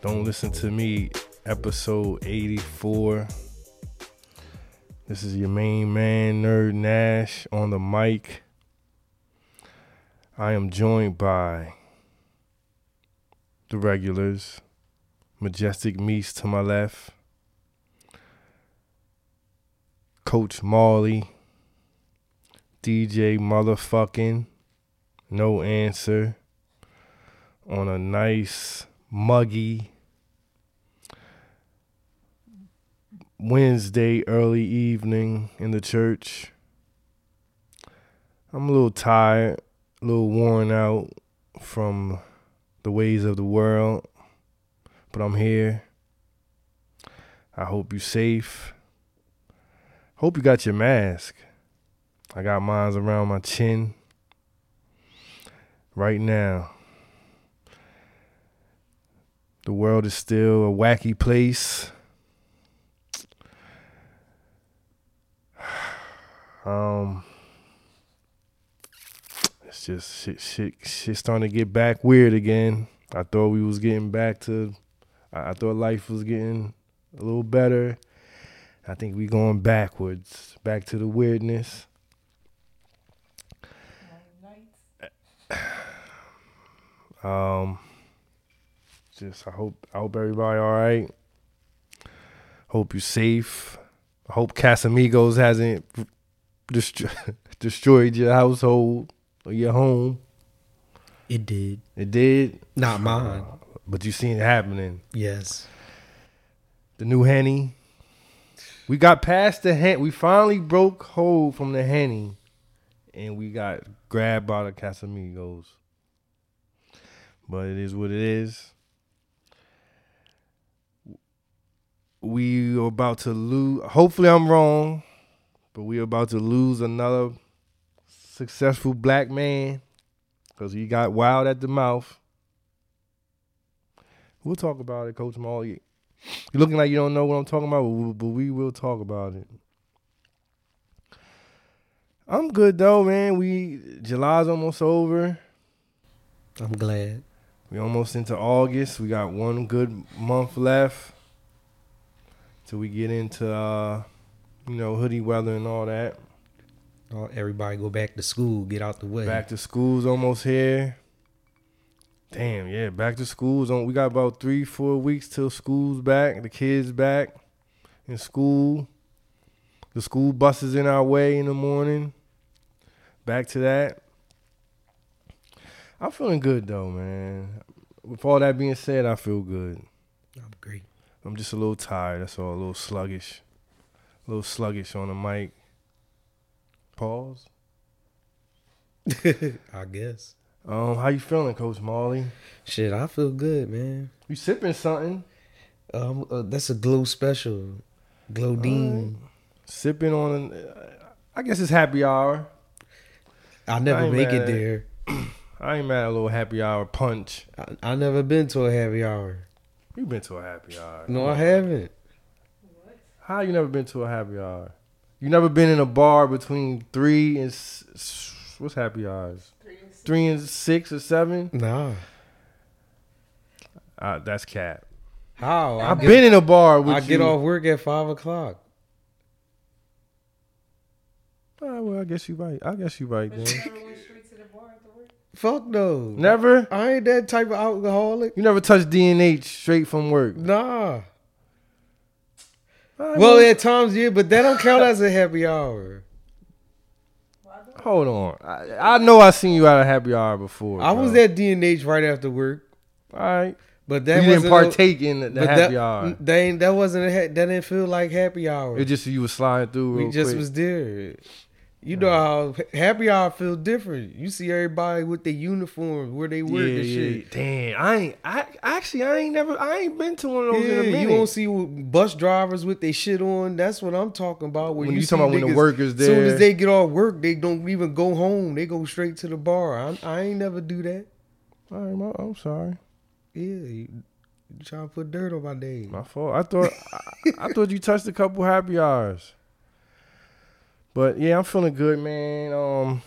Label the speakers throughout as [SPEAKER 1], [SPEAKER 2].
[SPEAKER 1] Don't Listen to Me, episode 84. This is your main man, Nerd Nash, on the mic. I am joined by the regulars, Majestic Meese to my left, Coach Marley, DJ Motherfucking, No Answer, on a nice, muggy Wednesday early evening in the church. I'm a little tired, a little worn out from the ways of the world, but I'm here. I hope you're safe. Hope you got your mask. I got mine around my chin right now. The world is still a wacky place. Um, it's just shit, shit, shit starting to get back weird again. I thought we was getting back to, I, I thought life was getting a little better. I think we going backwards, back to the weirdness. Um, just I hope I hope everybody all right. Hope you're safe. I hope Casamigos hasn't destroy, destroyed your household or your home.
[SPEAKER 2] It did.
[SPEAKER 1] It did, Uh,
[SPEAKER 2] Not mine.
[SPEAKER 1] but you seen it happening.
[SPEAKER 2] Yes.
[SPEAKER 1] The new henny. We got past the hen. We finally broke hold from the henny, and we got grabbed by the Casamigos. But it is what it is. We are about to lose. Hopefully, I'm wrong, but we are about to lose another successful black man because he got wild at the mouth. We'll talk about it, Coach Molly. You're looking like you don't know what I'm talking about, but we- but we will talk about it. I'm good though, man. We July's almost over.
[SPEAKER 2] I'm glad.
[SPEAKER 1] We almost into August. We got one good month left till we get into uh, you know hoodie weather and all that.
[SPEAKER 2] Oh, everybody go back to school, get out the way.
[SPEAKER 1] Back to school's almost here. Damn, yeah, back to school's on. We got about three, four weeks till school's back. The kids back in school. The school bus is in our way in the morning. Back to that. I'm feeling good though, man. With all that being said, I feel good.
[SPEAKER 2] I'm great.
[SPEAKER 1] I'm just a little tired. That's all. A little sluggish. A little sluggish on the mic. Pause.
[SPEAKER 2] I guess.
[SPEAKER 1] Um, how you feeling, Coach Marley?
[SPEAKER 2] Shit, I feel good, man.
[SPEAKER 1] You sipping something?
[SPEAKER 2] Um, uh, that's a glow special, glow dean.
[SPEAKER 1] Sipping on, I guess it's happy hour.
[SPEAKER 2] I
[SPEAKER 1] I
[SPEAKER 2] never
[SPEAKER 1] ain't
[SPEAKER 2] make
[SPEAKER 1] mad
[SPEAKER 2] it
[SPEAKER 1] at it.
[SPEAKER 2] there.
[SPEAKER 1] I ain't mad at a little happy hour punch.
[SPEAKER 2] I, I never been to a happy hour.
[SPEAKER 1] You've been to a happy hour.
[SPEAKER 2] No, I haven't.
[SPEAKER 1] How you never been to a happy hour? You never been in a bar between three and s- s- what's happy hours? Three and six, or seven?
[SPEAKER 2] Nah.
[SPEAKER 1] Uh, that's cat.
[SPEAKER 2] How? I,
[SPEAKER 1] I've
[SPEAKER 2] get,
[SPEAKER 1] been in a bar with
[SPEAKER 2] I
[SPEAKER 1] you.
[SPEAKER 2] get off work at five o'clock.
[SPEAKER 1] Ah, well, I guess you right. I guess you right then.
[SPEAKER 2] Fuck no.
[SPEAKER 1] never.
[SPEAKER 2] I ain't that type of alcoholic.
[SPEAKER 1] You never touched DNH straight from work. Ah,
[SPEAKER 2] Nah.
[SPEAKER 1] All right,
[SPEAKER 2] Well, at times, yeah, but that don't count as a happy hour.
[SPEAKER 1] hold on. I, I know I seen you at a happy hour before.
[SPEAKER 2] I was
[SPEAKER 1] bro.
[SPEAKER 2] at D&H right after work.
[SPEAKER 1] All right.
[SPEAKER 2] But that
[SPEAKER 1] you didn't
[SPEAKER 2] wasn't a-
[SPEAKER 1] partake in the, the
[SPEAKER 2] but
[SPEAKER 1] happy
[SPEAKER 2] that,
[SPEAKER 1] hour.
[SPEAKER 2] They ain't, that wasn't a, ha- that didn't feel like happy hour.
[SPEAKER 1] It just you were sliding through. Real
[SPEAKER 2] we just
[SPEAKER 1] quick.
[SPEAKER 2] was there. You know how ha- happy hour feel different. You see everybody with their uniform, where they work
[SPEAKER 1] yeah,
[SPEAKER 2] and
[SPEAKER 1] yeah.
[SPEAKER 2] shit.
[SPEAKER 1] Damn, I ain't. I actually, I ain't never. I ain't been to one of
[SPEAKER 2] Yeah,
[SPEAKER 1] those in a minute.
[SPEAKER 2] you won't see bus drivers with their shit on. That's what I'm talking about. When,
[SPEAKER 1] When you
[SPEAKER 2] see
[SPEAKER 1] talking about when the
[SPEAKER 2] niggas,
[SPEAKER 1] workers
[SPEAKER 2] soon
[SPEAKER 1] there.
[SPEAKER 2] as they get off work, they don't even go home. They go straight to the bar. I, I ain't never do that.
[SPEAKER 1] All right, my, I'm sorry.
[SPEAKER 2] Yeah, you, you trying to put dirt on my name.
[SPEAKER 1] My fault. I thought. I, I thought you touched a couple happy hours. But yeah, I'm feeling good, man. Um,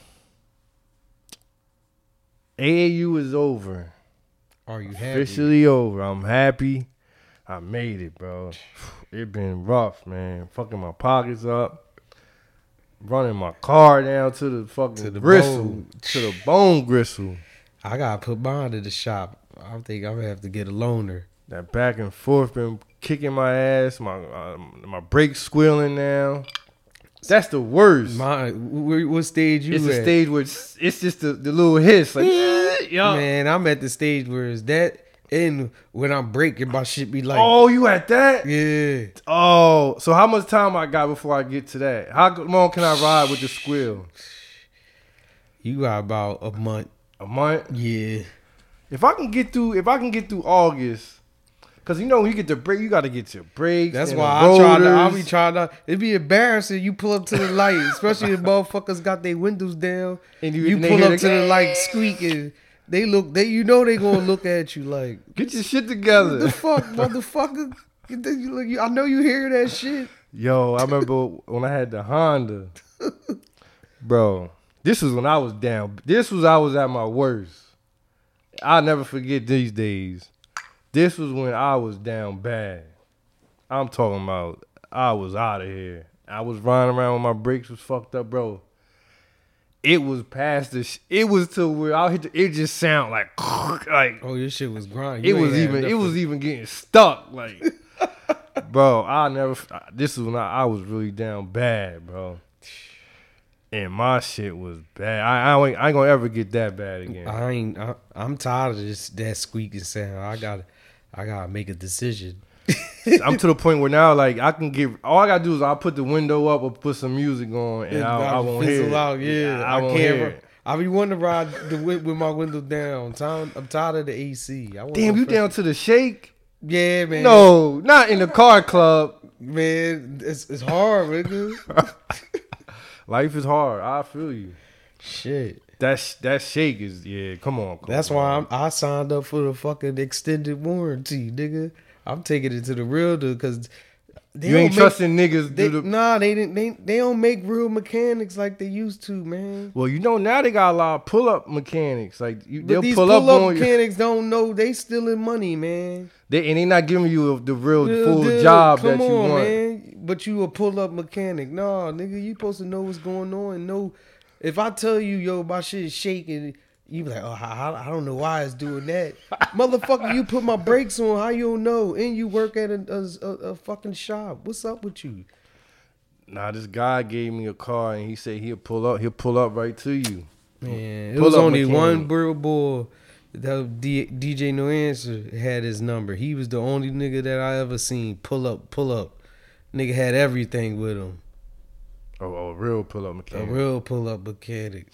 [SPEAKER 1] AAU is over.
[SPEAKER 2] Are you happy?
[SPEAKER 1] Officially over. I'm happy. I made it, bro. It been rough, man. Fucking my pockets up. Running my car down to the fucking
[SPEAKER 2] To the
[SPEAKER 1] gristle.
[SPEAKER 2] bone.
[SPEAKER 1] To the bone gristle.
[SPEAKER 2] I gotta put mine in the shop. I think I'm gonna have to get a loaner.
[SPEAKER 1] That back and forth been kicking my ass. My uh, my brakes squealing now. That's the worst.
[SPEAKER 2] Mine. Where, what stage you
[SPEAKER 1] it's the
[SPEAKER 2] at?
[SPEAKER 1] stage where it's, it's just the, the little hiss. Like, yo.
[SPEAKER 2] Man, I'm at the stage where it's that, and when I'm breaking, my shit be like,
[SPEAKER 1] Oh, you at that?
[SPEAKER 2] yeah.
[SPEAKER 1] Oh, so how much time I got before I get to that? How long can I ride with the squeal?
[SPEAKER 2] You got about a month.
[SPEAKER 1] A month?
[SPEAKER 2] Yeah.
[SPEAKER 1] If I can get through, if I can get through August, because you know when you get the break, you got to get your brakes.
[SPEAKER 2] That's
[SPEAKER 1] and
[SPEAKER 2] why
[SPEAKER 1] the
[SPEAKER 2] I try to. I
[SPEAKER 1] rotors.
[SPEAKER 2] be trying to. It'd be embarrassing. You pull up to the light, especially if motherfuckers got their windows down,
[SPEAKER 1] And
[SPEAKER 2] and
[SPEAKER 1] you-
[SPEAKER 2] you,
[SPEAKER 1] and they
[SPEAKER 2] pull
[SPEAKER 1] hear
[SPEAKER 2] up
[SPEAKER 1] the-
[SPEAKER 2] to the light squeaking. They look. They you know they gonna look at you like
[SPEAKER 1] Get your shit
[SPEAKER 2] what the
[SPEAKER 1] together.
[SPEAKER 2] fuck, motherfucker. You think you look- you- I know you hear that shit.
[SPEAKER 1] Yo, I remember when I had the Honda, bro. This was when I was down. This was I was at my worst. I'll never forget these days. This was when I was down bad. I'm talking about I was out of here. I was riding around when my brakes was fucked up, bro. It was past the. Sh- it was to where I hit. The, it just sound like like
[SPEAKER 2] Oh, your shit was grinding.
[SPEAKER 1] it was even it was even getting stuck like bro i never this is when I, I was really down bad bro and my shit was bad i i ain't, I ain't gonna ever get that bad again
[SPEAKER 2] I ain't. I, I'm tired of this that squeaking sound. I gotta. I gotta make a decision.
[SPEAKER 1] i'm to the point where now like i can get all i gotta do is i'll put the window up or put some music on and i, I won't hear it.
[SPEAKER 2] Out. Yeah, I,
[SPEAKER 1] won't
[SPEAKER 2] can't.
[SPEAKER 1] hear
[SPEAKER 2] ri-
[SPEAKER 1] it.
[SPEAKER 2] I be wanting to ride the wi- with my window down. Time, I'm tired of the AC. I want
[SPEAKER 1] damn
[SPEAKER 2] no
[SPEAKER 1] you
[SPEAKER 2] fr-
[SPEAKER 1] down to the shake
[SPEAKER 2] Yeah, man.
[SPEAKER 1] no not in the car club
[SPEAKER 2] man, it's it's hard, nigga.
[SPEAKER 1] life is hard i feel you
[SPEAKER 2] Shit.
[SPEAKER 1] that sh- that shake is yeah come on come
[SPEAKER 2] That's
[SPEAKER 1] on.
[SPEAKER 2] why I'm, I signed up for the fucking extended warranty, nigga. I'm taking it to the real dude because
[SPEAKER 1] you ain't trusting niggas
[SPEAKER 2] They,
[SPEAKER 1] do the
[SPEAKER 2] nah, they didn't. They, they don't make real mechanics like they used to, man.
[SPEAKER 1] Well, you know now they got a lot of pull up mechanics. Like you,
[SPEAKER 2] But
[SPEAKER 1] they'll
[SPEAKER 2] these
[SPEAKER 1] pull up on you,
[SPEAKER 2] mechanics don't know they stealing money, man.
[SPEAKER 1] they, and they not giving you the real
[SPEAKER 2] Real
[SPEAKER 1] full
[SPEAKER 2] deal.
[SPEAKER 1] job that
[SPEAKER 2] Come
[SPEAKER 1] you
[SPEAKER 2] on,
[SPEAKER 1] want.
[SPEAKER 2] Man. But you a pull up mechanic. Nah, nigga, you supposed to know what's going on and know. If I tell you, yo, my shit is shaking, you be like, oh, I, I don't know why it's doing that. Motherfucker, you put my brakes on. How you don't know? And you work at a, a, a- a fucking shop. What's up with you?
[SPEAKER 1] Nah, this guy gave me a car and he said he'll pull up. He'll pull up right to you.
[SPEAKER 2] Man, it
[SPEAKER 1] Pull
[SPEAKER 2] was
[SPEAKER 1] up
[SPEAKER 2] only
[SPEAKER 1] mechanic.
[SPEAKER 2] one real boy. That was D, DJ No Answer had his number. He was the only nigga that I ever seen pull up, pull up. Nigga had everything with him.
[SPEAKER 1] Oh, oh, a real pull up
[SPEAKER 2] A
[SPEAKER 1] mechanic.
[SPEAKER 2] real pull up mechanic.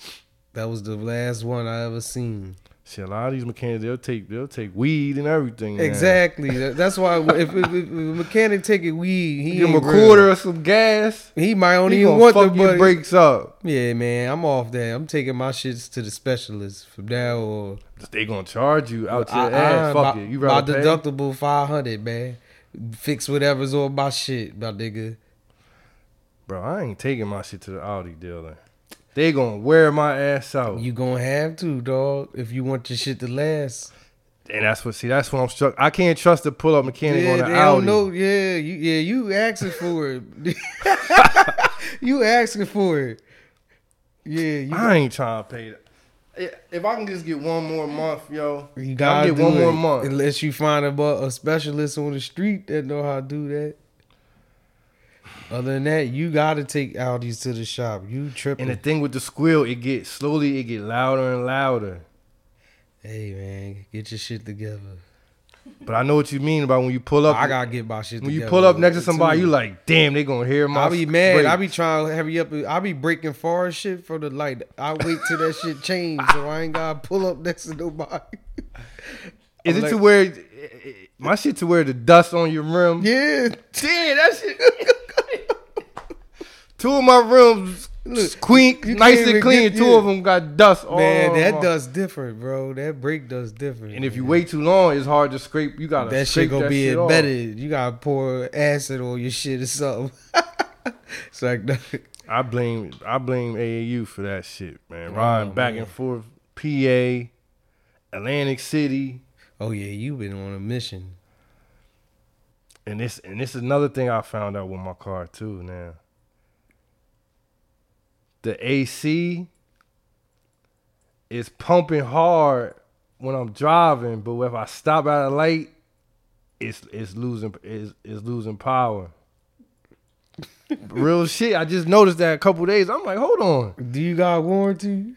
[SPEAKER 2] That was the last one I ever seen.
[SPEAKER 1] See, a lot of these mechanics they'll take they'll take weed and everything. now.
[SPEAKER 2] Exactly. That- That's why if, if, if, if a mechanic taking weed, he
[SPEAKER 1] Give him a
[SPEAKER 2] ain't real.
[SPEAKER 1] quarter or some gas.
[SPEAKER 2] He might only
[SPEAKER 1] He
[SPEAKER 2] even
[SPEAKER 1] gonna
[SPEAKER 2] want
[SPEAKER 1] fuck
[SPEAKER 2] the
[SPEAKER 1] your
[SPEAKER 2] break.
[SPEAKER 1] brakes up.
[SPEAKER 2] Yeah, man, I'm off that. I'm taking my shits to the specialist from now on.
[SPEAKER 1] They gonna charge you out your
[SPEAKER 2] I-
[SPEAKER 1] ass.
[SPEAKER 2] I-
[SPEAKER 1] Fuck
[SPEAKER 2] my,
[SPEAKER 1] it. You
[SPEAKER 2] my
[SPEAKER 1] rather pay?
[SPEAKER 2] deductible five hundred, man. Fix whatever's on my shit, my nigga.
[SPEAKER 1] bro. I ain't taking my shit to the Audi dealer. They gonna wear my ass out.
[SPEAKER 2] You gonna have to, dog, if you want your shit to last.
[SPEAKER 1] And that's what see. That's what I'm struck. I can't trust the pull up mechanic
[SPEAKER 2] Yeah,
[SPEAKER 1] on the
[SPEAKER 2] they
[SPEAKER 1] Audi.
[SPEAKER 2] don't know. Yeah, you, yeah, you asking for it. you asking for it. Yeah,
[SPEAKER 1] I ain't trying to pay that. If I can just get one more month, yo,
[SPEAKER 2] you, you
[SPEAKER 1] gotta
[SPEAKER 2] gotta
[SPEAKER 1] get
[SPEAKER 2] do
[SPEAKER 1] one
[SPEAKER 2] it,
[SPEAKER 1] more month.
[SPEAKER 2] unless you find a, bu- a specialist on the street that know how to do that. Other than that, you gotta take Audis to the shop. You tripping?
[SPEAKER 1] And the thing with the squeal, it gets slowly, it get louder and louder.
[SPEAKER 2] hey man, get your shit together.
[SPEAKER 1] But I know what you mean about when you pull up.
[SPEAKER 2] I gotta get my shit.
[SPEAKER 1] when you
[SPEAKER 2] together.
[SPEAKER 1] pull up next to somebody,
[SPEAKER 2] too.
[SPEAKER 1] you like, damn, they gonna hear my.
[SPEAKER 2] I be mad. I
[SPEAKER 1] brakes.
[SPEAKER 2] be trying to hurry up. I be breaking far shit for the light. I wait till that shit change, so I ain't gotta pull up next to nobody.
[SPEAKER 1] Is
[SPEAKER 2] I'm
[SPEAKER 1] it
[SPEAKER 2] like-
[SPEAKER 1] to where eh, eh, my shit to where the dust on your rim?
[SPEAKER 2] yeah,
[SPEAKER 1] Damn, that shit. Two of my rooms squeak,
[SPEAKER 2] you
[SPEAKER 1] nice
[SPEAKER 2] can't
[SPEAKER 1] and
[SPEAKER 2] even
[SPEAKER 1] clean.
[SPEAKER 2] get-
[SPEAKER 1] Two
[SPEAKER 2] yeah.
[SPEAKER 1] of them got dust. all
[SPEAKER 2] man, that
[SPEAKER 1] on-
[SPEAKER 2] does different, bro. That break does different.
[SPEAKER 1] And if you
[SPEAKER 2] man.
[SPEAKER 1] wait too long, it's hard to scrape. You gotta
[SPEAKER 2] that
[SPEAKER 1] scrape
[SPEAKER 2] shit gonna
[SPEAKER 1] that
[SPEAKER 2] be
[SPEAKER 1] shit off.
[SPEAKER 2] embedded. You gotta pour acid on your shit or something. it's like, no.
[SPEAKER 1] I blame I blame AAU for that shit, man.
[SPEAKER 2] Oh,
[SPEAKER 1] Riding back
[SPEAKER 2] man.
[SPEAKER 1] and forth, PA, Atlantic City.
[SPEAKER 2] Oh yeah, you been on a mission.
[SPEAKER 1] And this and this is another thing I found out with my car too now. The AC is pumping hard when I'm driving, but if I stop at a light, it's it's losing it's, it's losing power. Real shit. I just noticed that a couple days. I'm like, hold on.
[SPEAKER 2] Do you got warranty?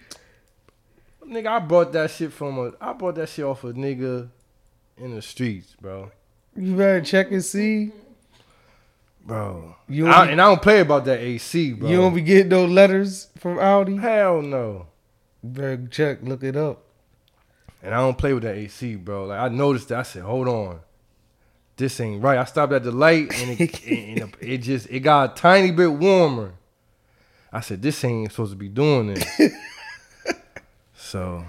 [SPEAKER 1] Nigga, I bought that shit from a I bought that shit off a nigga in the streets, bro.
[SPEAKER 2] You better check and see.
[SPEAKER 1] Bro.
[SPEAKER 2] You
[SPEAKER 1] I-
[SPEAKER 2] don't, be,
[SPEAKER 1] and I don't play about that AC, bro.
[SPEAKER 2] you don't be getting no letters from Audi. You
[SPEAKER 1] Hell no.
[SPEAKER 2] better check, look it up.
[SPEAKER 1] And I don't play with that AC, bro. Like I noticed that. I said, hold on. This ain't right. I stopped at the light and it, and it just it got a tiny bit warmer. I said, this ain't supposed to be doing this. so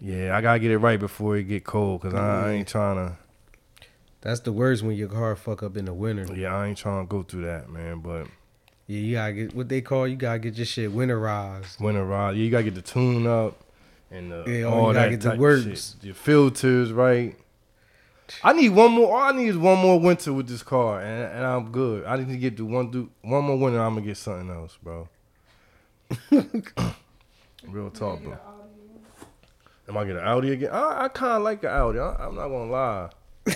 [SPEAKER 1] yeah, I gotta get it right before it get cold, cause I, I ain't trying to
[SPEAKER 2] That's the worst when your car fuck up in the winter.
[SPEAKER 1] Yeah, I ain't trying to go through that, man. But
[SPEAKER 2] Yeah, you gotta get what they call you gotta get your shit winterized.
[SPEAKER 1] winter ride, yeah, you gotta get the tune up and the,
[SPEAKER 2] Yeah, oh,
[SPEAKER 1] all
[SPEAKER 2] you gotta
[SPEAKER 1] that
[SPEAKER 2] get the
[SPEAKER 1] type of
[SPEAKER 2] works.
[SPEAKER 1] shit. Your filters, right? I need one more. All I need is one more winter with this car, and, and I'm good. I need to get to one do one more winter. I'm gonna get something else, bro. Real talk, bro. Am I get an Audi again? I, I kind of like the Audi. I, I'm not gonna lie.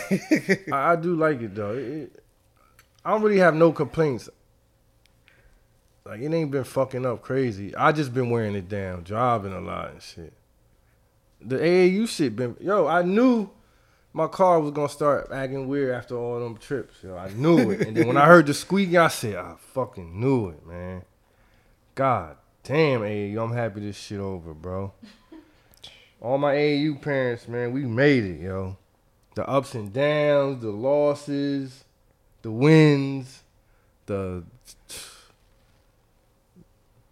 [SPEAKER 1] I, I do like it though. It- it- I don't really have no complaints. Like it ain't been fucking up crazy. I just been wearing it down, driving a lot and shit. The AAU shit been yo. I knew my car was gonna start acting weird after all them trips. Yo, I knew it. and then when I heard the squeaking, I said, I fucking knew it, man. God damn AAU, I'm happy this shit over, bro. All my AAU parents, man, we made it, yo the ups and downs, the losses, the wins, the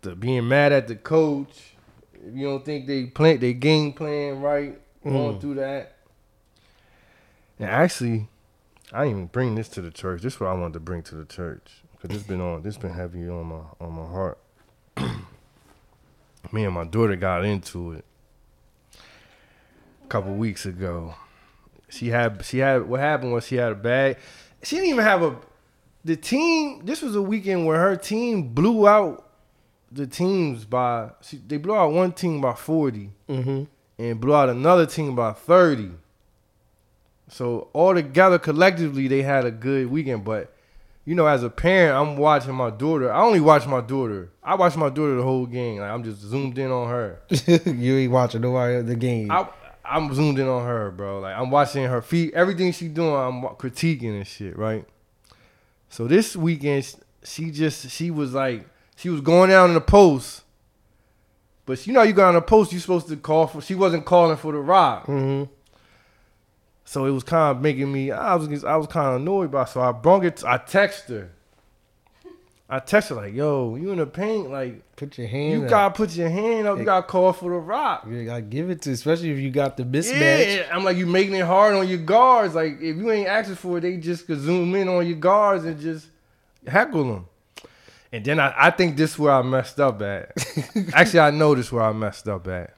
[SPEAKER 1] the being mad at the coach. If you don't think they plan they game plan right, going
[SPEAKER 2] Mm.
[SPEAKER 1] through that. And actually, I didn't even bring this to the church. This is what I wanted to bring to the church because it's been on this been heavy on my on my heart. Me and my daughter got into it a couple weeks ago. She had she had what happened was she had a bag. She didn't even have a the team. This was a weekend where her team blew out the teams by she, they blew out one team by forty
[SPEAKER 2] Mm-hmm.
[SPEAKER 1] and blew out another team by thirty. So all together collectively they had a good weekend. But you know, as a parent, I'm watching my daughter. I only watch my daughter. I watch my daughter the whole game. Like I'm just zoomed in on her.
[SPEAKER 2] you ain't watching nobody else the game.
[SPEAKER 1] I, I'm zoomed in on her, bro. Like I'm watching her feet, everything she doing. I'm wa- critiquing and shit, right? So this weekend, sh- she just she was like she was going down in the post, but she- you know you got on the post, you supposed to call for. She wasn't calling for the rock,
[SPEAKER 2] mm-hmm.
[SPEAKER 1] so it was kind of making me. I was I was kind of annoyed by. it. So I brung it. I text her. I text her like, "Yo, you in the paint? Like
[SPEAKER 2] Put your hand.
[SPEAKER 1] you
[SPEAKER 2] up.
[SPEAKER 1] gotta put your hand up. You gotta call for the rock."
[SPEAKER 2] You gotta give it to, especially if you got the mismatch.
[SPEAKER 1] Yeah, I'm like you making it hard on your guards. Like if you ain't asking for it, they just could zoom in on your guards and just heckle them. And then I, I think this where I messed up at. Actually, I know this where I messed up at.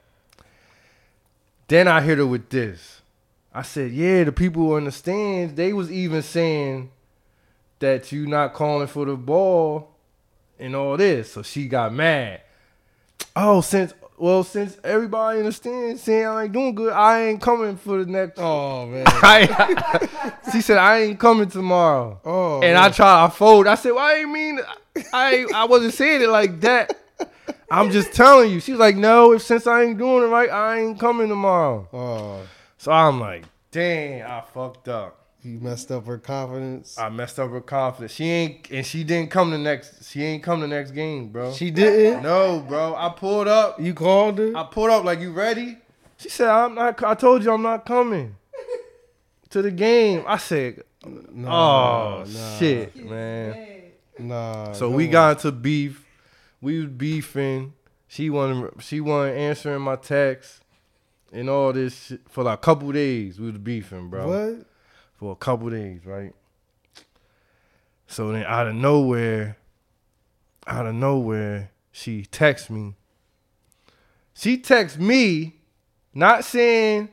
[SPEAKER 1] Then I hit her with this. I said, "Yeah, the people in the stands, they was even saying that you not calling for the ball and all this." So she got mad. Oh, since well, since everybody in the stands saying I ain't doing good, I ain't coming for the next.
[SPEAKER 2] Oh man.
[SPEAKER 1] I- she said I ain't coming tomorrow,
[SPEAKER 2] Oh.
[SPEAKER 1] and I tried I fold. I said, "Well, I ain't mean I I wasn't saying it like that. I'm just telling you." She was like, "No, if since I ain't doing it right, I ain't coming tomorrow."
[SPEAKER 2] Oh,
[SPEAKER 1] So I'm like, "Dang, I fucked up.
[SPEAKER 2] you messed up her confidence.
[SPEAKER 1] I messed up her confidence. She ain't and she didn't come the next. She ain't come the next game, bro.
[SPEAKER 2] she didn't.
[SPEAKER 1] no, bro. I pulled up.
[SPEAKER 2] You called her.
[SPEAKER 1] I pulled up like you ready. She said, "I'm not. I told you I'm not coming to the game." I said,
[SPEAKER 2] No,
[SPEAKER 1] "Oh
[SPEAKER 2] nah,
[SPEAKER 1] shit, man."
[SPEAKER 2] Nah.
[SPEAKER 1] So
[SPEAKER 2] come
[SPEAKER 1] we
[SPEAKER 2] on.
[SPEAKER 1] got into beef. We was beefing. She wasn't. She wasn't answering my texts and all this shit for like a couple days. We was beefing, bro
[SPEAKER 2] What?
[SPEAKER 1] for a couple days, right? So then out of nowhere, out of nowhere, she texts me. She texts me, not saying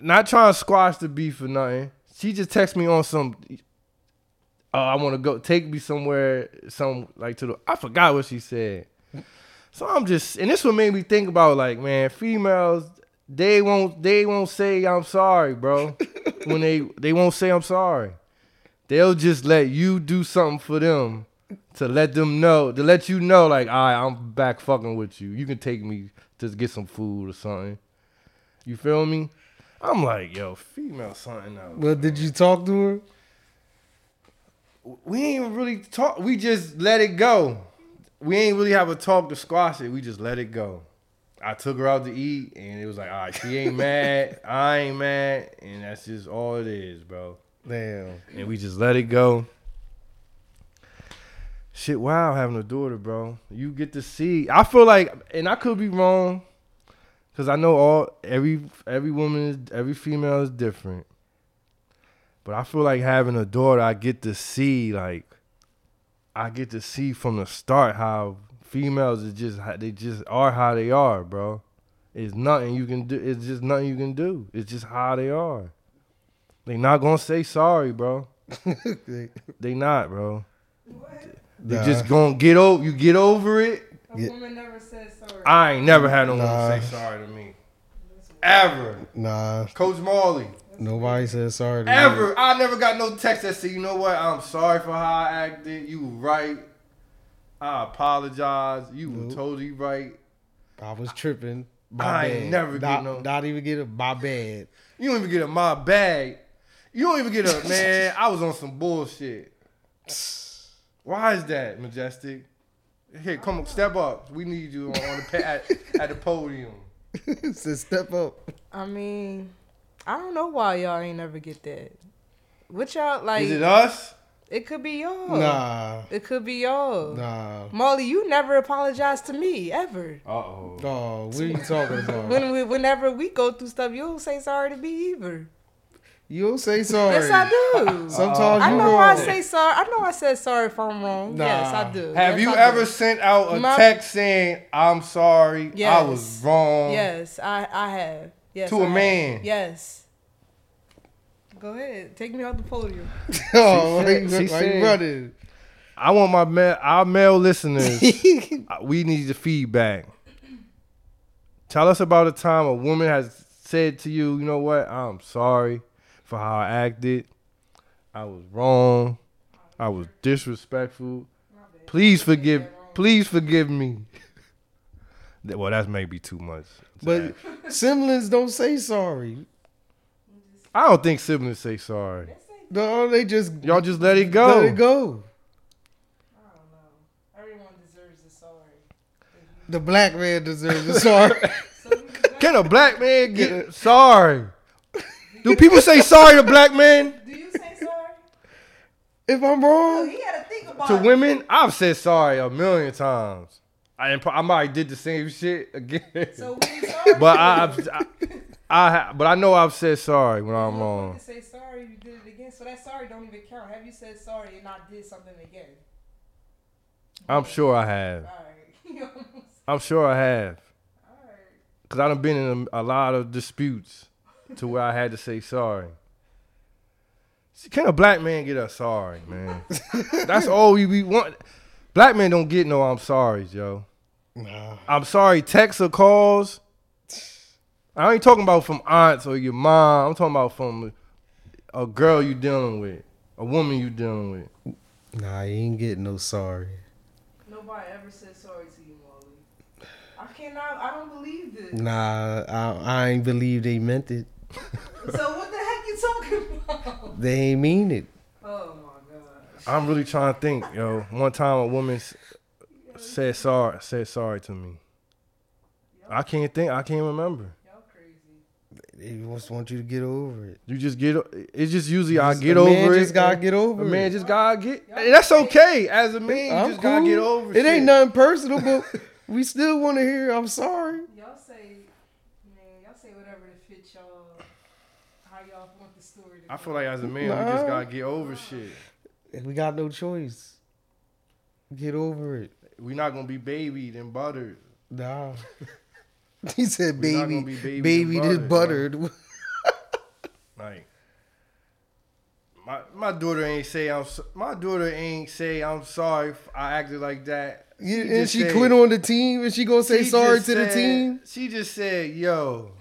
[SPEAKER 1] not trying to squash the beef or nothing. She just texted me on some. Uh, I want to go take me somewhere, some like to the. I forgot what she said. So I'm just, and this what made me think about like, man, females they won't they won't say I'm sorry, bro. when they they won't say I'm sorry, they'll just let you do something for them to let them know to let you know like, all right, I'm back fucking with you. You can take me to get some food or something. You feel me? I'm like, yo, female something else.
[SPEAKER 2] Well, did you talk to her?
[SPEAKER 1] We ain't really talk. We just let it go. We ain't really have a talk to squash it. We just let it go. I took her out to eat, and it was like, all right, she ain't mad, I ain't mad, and that's just all it is, bro.
[SPEAKER 2] Damn.
[SPEAKER 1] And we just let it go. Shit, wow, having a daughter, bro. You get to see. I feel like, and I could be wrong, because I know all every every woman is every female is different. But I feel like having a daughter, I get to see like, I get to see from the start how females is just how- they just are how they are, bro. It's nothing you can do. It's just nothing you can do. It's just how they are. They not gonna say sorry, bro. They not, bro.
[SPEAKER 3] What?
[SPEAKER 1] They
[SPEAKER 2] Nah.
[SPEAKER 1] just gonna get over. You get over it.
[SPEAKER 3] A
[SPEAKER 2] Yeah.
[SPEAKER 3] woman never says sorry.
[SPEAKER 1] I ain't never had no
[SPEAKER 2] Nah.
[SPEAKER 1] one say sorry to me, ever.
[SPEAKER 2] Nah,
[SPEAKER 1] Coach Marley,
[SPEAKER 2] nobody said sorry to me.
[SPEAKER 1] ever. I never got no text that said, you know what? I'm sorry for how I acted. You were right. I apologize. You were
[SPEAKER 2] Nope.
[SPEAKER 1] totally right.
[SPEAKER 2] I was tripping. My
[SPEAKER 1] I
[SPEAKER 2] bad.
[SPEAKER 1] ain't never
[SPEAKER 2] not,
[SPEAKER 1] get no-
[SPEAKER 2] Not even get a my bad.
[SPEAKER 1] You don't even get a my bag. You don't even get a man. I was on some bullshit. Why is that, Majestic? Here, come on, step up. We need you on, on the pa- at, at the podium.
[SPEAKER 2] Said step up.
[SPEAKER 3] I mean, I don't know why y'all ain't never get that. What y'all like?
[SPEAKER 1] Is it
[SPEAKER 3] It,
[SPEAKER 1] us?
[SPEAKER 3] could be y'all.
[SPEAKER 2] Nah,
[SPEAKER 3] It could be y'all.
[SPEAKER 2] nah.
[SPEAKER 3] Molly, you never apologize to me ever.
[SPEAKER 1] Uh oh.
[SPEAKER 2] Oh, what are you talking about?
[SPEAKER 3] When we, whenever we go through stuff, you don't say sorry to me either.
[SPEAKER 2] you don't say sorry. Uh,
[SPEAKER 3] Yes, I do.
[SPEAKER 2] Sometimes
[SPEAKER 3] I
[SPEAKER 2] you
[SPEAKER 3] know
[SPEAKER 2] wrong.
[SPEAKER 3] I say sorry. I know I said sorry if I'm wrong. Yes,
[SPEAKER 2] Nah.
[SPEAKER 3] I do.
[SPEAKER 1] Have
[SPEAKER 3] Yes,
[SPEAKER 1] you
[SPEAKER 3] I do.
[SPEAKER 1] ever sent out a
[SPEAKER 3] My-
[SPEAKER 1] text saying, I'm sorry, I was
[SPEAKER 3] Yes.
[SPEAKER 1] wrong?
[SPEAKER 3] Yes, I, I have. Yes,
[SPEAKER 1] To
[SPEAKER 3] a
[SPEAKER 1] a man.
[SPEAKER 3] Yes. Go ahead, take me off the podium.
[SPEAKER 1] She
[SPEAKER 2] oh, why
[SPEAKER 1] said-
[SPEAKER 2] you,
[SPEAKER 1] she
[SPEAKER 2] why you
[SPEAKER 1] said-
[SPEAKER 2] running?
[SPEAKER 1] I want my ma- our male listeners. uh, we need the feedback. Tell us about a time a woman has said to you, "You know what? I'm sorry for how I acted. I was wrong. I was disrespectful. Please forgive. Please forgive me." That- well, that's maybe too much. to
[SPEAKER 2] But
[SPEAKER 1] ask.
[SPEAKER 2] siblings don't say sorry.
[SPEAKER 1] I don't think siblings say sorry.
[SPEAKER 2] No, they just
[SPEAKER 1] Y'all just let it go.
[SPEAKER 2] let it go.
[SPEAKER 3] I don't know. Everyone deserves a sorry.
[SPEAKER 2] The black man deserves a sorry.
[SPEAKER 1] Can a black man get sorry? Do people say sorry to black men?
[SPEAKER 3] Do you say sorry?
[SPEAKER 2] if I'm wrong,
[SPEAKER 3] He had to Oh, think about
[SPEAKER 1] to women, I've said sorry a million times. I ain't pro- I might did the same shit again.
[SPEAKER 3] So when you sorry,
[SPEAKER 1] but I, I've, I, I ha- but I know I've said sorry when I'm
[SPEAKER 3] you
[SPEAKER 1] wrong.
[SPEAKER 3] To say sorry, you did it again. So that sorry don't even count. Have you said sorry and I did something again?
[SPEAKER 1] I'm sure I have.
[SPEAKER 3] All right. All
[SPEAKER 1] I'm sure I have.
[SPEAKER 3] right.
[SPEAKER 1] Cause I done been in a, a lot of disputes to where I had to say sorry. See, can a black man get a sorry, man? That's all we, we want. Black men don't get no I'm sorries, yo.
[SPEAKER 2] nah.
[SPEAKER 1] I'm sorry, texts or calls. I ain't talking about from aunts or your mom. I'm talking about from a girl you dealing with, a woman you dealing with.
[SPEAKER 2] Nah, you ain't getting no sorry.
[SPEAKER 3] Nobody ever said sorry to you, Molly. I cannot. I don't believe this.
[SPEAKER 2] Nah, I, I ain't believe they meant it.
[SPEAKER 3] so what the heck you talking about?
[SPEAKER 2] They ain't mean it.
[SPEAKER 3] Oh my god.
[SPEAKER 1] I'm really trying to think, yo. One time a woman s- said sorry, said sorry to me. I can't think. I can't remember.
[SPEAKER 3] Y'all crazy.
[SPEAKER 2] They just want you to get over it.
[SPEAKER 1] You just get. o- It's just usually I
[SPEAKER 2] Just-
[SPEAKER 1] get
[SPEAKER 2] a
[SPEAKER 1] over
[SPEAKER 2] man
[SPEAKER 1] it.
[SPEAKER 2] Just gotta get
[SPEAKER 1] a
[SPEAKER 2] over it.
[SPEAKER 1] man just gotta get. And that's okay. As a man, you
[SPEAKER 2] I'm
[SPEAKER 1] just gotta get
[SPEAKER 2] cool.
[SPEAKER 1] over
[SPEAKER 2] It ain't
[SPEAKER 1] shit.
[SPEAKER 2] nothing personal, but we still want to hear. I'm sorry.
[SPEAKER 3] Y'all say, man, y'all say whatever to fit y'all. How y'all want the story to
[SPEAKER 1] I
[SPEAKER 3] go.
[SPEAKER 1] feel like as a man, we just
[SPEAKER 2] Nah.
[SPEAKER 1] gotta get over shit.
[SPEAKER 2] We got no choice. Get over it.
[SPEAKER 1] We're not gonna be babied and buttered.
[SPEAKER 2] Nah. he said,
[SPEAKER 1] We not
[SPEAKER 2] "Baby,
[SPEAKER 1] gonna be babied
[SPEAKER 2] baby,
[SPEAKER 1] and
[SPEAKER 2] just buttered."
[SPEAKER 1] Like my my daughter ain't say I'm so- my daughter ain't say I'm sorry if I acted like that.
[SPEAKER 2] You,
[SPEAKER 1] She
[SPEAKER 2] and
[SPEAKER 1] just
[SPEAKER 2] she
[SPEAKER 1] said-
[SPEAKER 2] quit on the team, and she gonna say
[SPEAKER 1] she
[SPEAKER 2] sorry
[SPEAKER 1] just
[SPEAKER 2] to the
[SPEAKER 1] said-
[SPEAKER 2] team.
[SPEAKER 1] She just said, "Yo,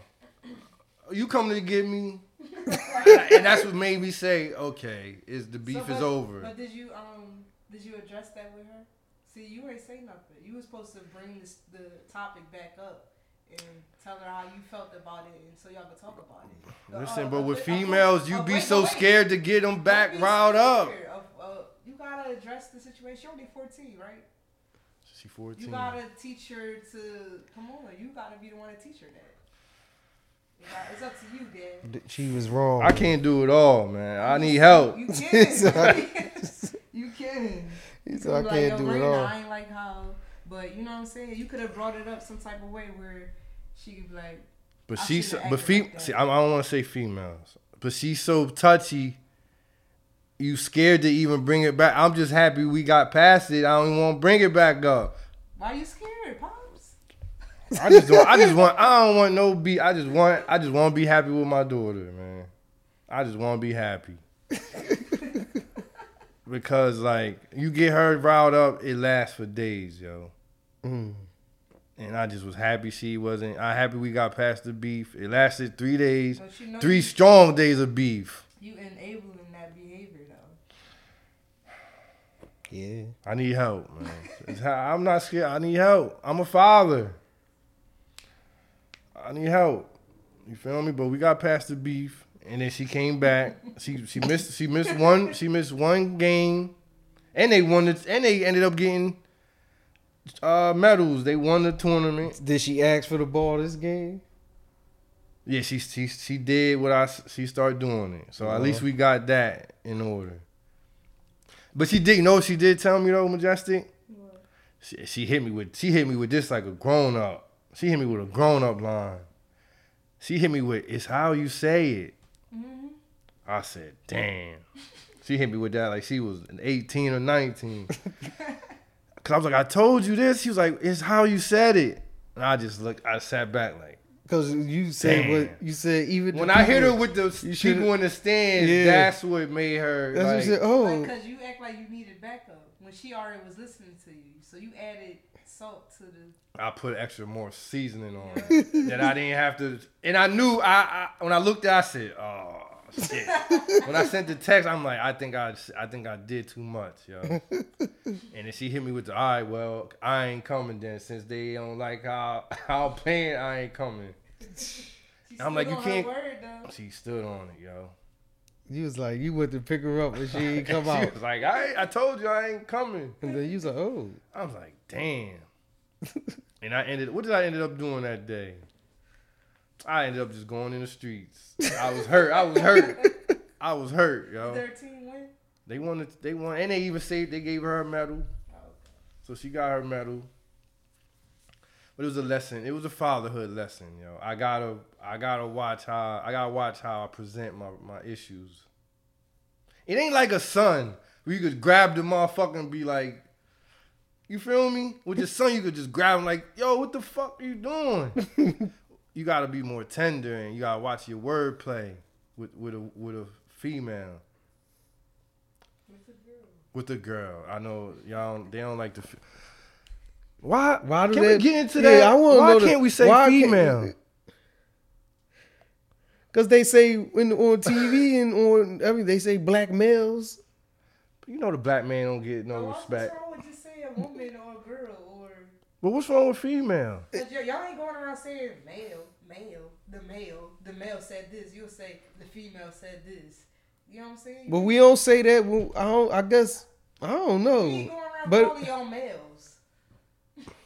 [SPEAKER 1] you come to get me," and that's what made me say, "Okay, is the beef
[SPEAKER 3] So,
[SPEAKER 1] is
[SPEAKER 3] but-
[SPEAKER 1] over."
[SPEAKER 3] But did you um did you address that with her? See, you ain't say nothing. You was supposed to bring this, the topic back up and tell her how you felt about it, and so y'all could talk about it. But,
[SPEAKER 1] Listen,
[SPEAKER 3] uh,
[SPEAKER 1] but
[SPEAKER 3] a-
[SPEAKER 1] with
[SPEAKER 3] a- a-
[SPEAKER 1] females, you
[SPEAKER 3] a-
[SPEAKER 1] be
[SPEAKER 3] wait,
[SPEAKER 1] so
[SPEAKER 3] wait.
[SPEAKER 1] scared to get them back
[SPEAKER 3] Don't be
[SPEAKER 1] riled up.
[SPEAKER 3] scared of- of- you gotta address the situation. You're only 14, right?
[SPEAKER 1] She 14.
[SPEAKER 3] You gotta teach her to come on. You gotta be the one to teach her that. You got- It's up to you, Dad.
[SPEAKER 2] She was wrong.
[SPEAKER 1] I can't do it all, man. I need help.
[SPEAKER 3] You can. you can.
[SPEAKER 2] He
[SPEAKER 3] You
[SPEAKER 2] said, I
[SPEAKER 3] could be
[SPEAKER 2] can't
[SPEAKER 3] like,
[SPEAKER 2] do
[SPEAKER 3] "Yo,
[SPEAKER 2] it
[SPEAKER 3] Raina,
[SPEAKER 2] all.
[SPEAKER 3] I ain't like how, but you know what I'm saying. You could have brought it up some type of way where she could be like,
[SPEAKER 1] But
[SPEAKER 3] I
[SPEAKER 1] she's
[SPEAKER 3] shouldn't have
[SPEAKER 1] but
[SPEAKER 3] acted
[SPEAKER 1] fe-
[SPEAKER 3] like that.
[SPEAKER 1] see, I, I don't want to say females, but she's so touchy. You scared to even bring it back. I'm just happy we got past it. I don't even want to bring it back up.
[SPEAKER 3] "Why you scared, pops?"
[SPEAKER 1] I just don't, I just want I don't want no be. I just want I just want to be happy with my daughter, man. I just want to be happy. because like you get her riled up, it lasts for days, yo.
[SPEAKER 2] Mm.
[SPEAKER 1] And I just was happy she wasn't. I happy we got past the beef. It lasted three days,
[SPEAKER 3] But you know
[SPEAKER 1] three
[SPEAKER 3] you-
[SPEAKER 1] strong days of beef.
[SPEAKER 3] you enabling that behavior though.
[SPEAKER 2] Yeah.
[SPEAKER 1] I need help, man. It's how- I'm not scared. I need help. I'm a father. I need help. You feel me? But we got past the beef, and then she came back. She she missed she missed one she missed one game, and they won it. And they ended up getting uh medals. They won the tournament.
[SPEAKER 2] Did she ask for the ball this game?
[SPEAKER 1] Yeah, she she she did what I s- she started doing it. So at least we got that in order. But she did. You know, what she did tell me though, majestic. She, she hit me with she hit me with this like a grown up. She hit me with a grown up line. She hit me with it's how you say it.
[SPEAKER 3] Mm-hmm.
[SPEAKER 1] I said, damn. She hit me with that like she was an 18 or 19. Cause I was like, I told you this. She was like, it's how you said it. And I just looked, I sat back like.
[SPEAKER 2] Cause you said
[SPEAKER 1] Damn.
[SPEAKER 2] what you said. Even
[SPEAKER 1] When
[SPEAKER 2] the
[SPEAKER 1] I hit her
[SPEAKER 2] people-
[SPEAKER 1] with the
[SPEAKER 2] You should've-
[SPEAKER 1] people in the stands,
[SPEAKER 2] Yeah.
[SPEAKER 1] that's what made her.
[SPEAKER 2] that's what
[SPEAKER 1] like-
[SPEAKER 2] she said. Oh,
[SPEAKER 3] Because you act like you needed backup when she already was listening to you, so you added salt to the.
[SPEAKER 1] I put extra more seasoning on it that I didn't have to. And I knew I, I when I looked at, it, I said, "Oh shit." when I sent the text, I'm like, "I think I, I think I did too much, yo." and then she hit me with the, "All right, well, I ain't coming then since they don't like how how I'm playing. I ain't coming."
[SPEAKER 3] She
[SPEAKER 1] I'm
[SPEAKER 3] stood
[SPEAKER 1] like, you
[SPEAKER 3] on her
[SPEAKER 1] can't-
[SPEAKER 3] Word, though.
[SPEAKER 1] She stood on it, yo.
[SPEAKER 2] you was like you went to pick her up, and she ain't come
[SPEAKER 1] she
[SPEAKER 2] out.
[SPEAKER 1] was like, "I, ain't- I told you I ain't coming."
[SPEAKER 2] And then you was like, oh,
[SPEAKER 1] I was like, damn. and I ended. What did I ended up doing that day? I ended up just going in the streets. I was hurt. I was hurt. I was hurt, yo.
[SPEAKER 3] Thirteen win.
[SPEAKER 1] They wanted. They won, and they even saved. They gave her a medal, so she got her medal. But it was a lesson. It was a fatherhood lesson, yo. I gotta. I gotta watch how. I gotta watch how I present my my issues. It ain't like a son where you could grab the motherfucker and be like, you feel me? With your son, you could just grab him like, yo, what the fuck are you doing? you gotta be more tender and you gotta watch your wordplay with with a with a female. With a girl, I know y'all. Don't, they don't like the. F- why?
[SPEAKER 2] Why do
[SPEAKER 1] can
[SPEAKER 2] they-
[SPEAKER 1] we get into
[SPEAKER 2] Yeah,
[SPEAKER 1] that?
[SPEAKER 2] I wanna
[SPEAKER 1] why
[SPEAKER 2] know the-
[SPEAKER 1] can't we say
[SPEAKER 2] why can't-
[SPEAKER 1] female?
[SPEAKER 2] cause they say when on TV and on everything they say black males.
[SPEAKER 1] you know the black man don't get no
[SPEAKER 3] Now, what's-
[SPEAKER 1] respect.
[SPEAKER 3] What's wrong with just saying woman or girl or?
[SPEAKER 1] But what's wrong with female?
[SPEAKER 3] Cause y- y'all ain't going around saying male, male, the male, the male said this. You'll say the female said this. You know what I'm saying?
[SPEAKER 2] But we don't say that. When, I don't. I guess I don't
[SPEAKER 3] You ain't
[SPEAKER 2] know.
[SPEAKER 3] going around
[SPEAKER 2] But
[SPEAKER 3] calling y'all males.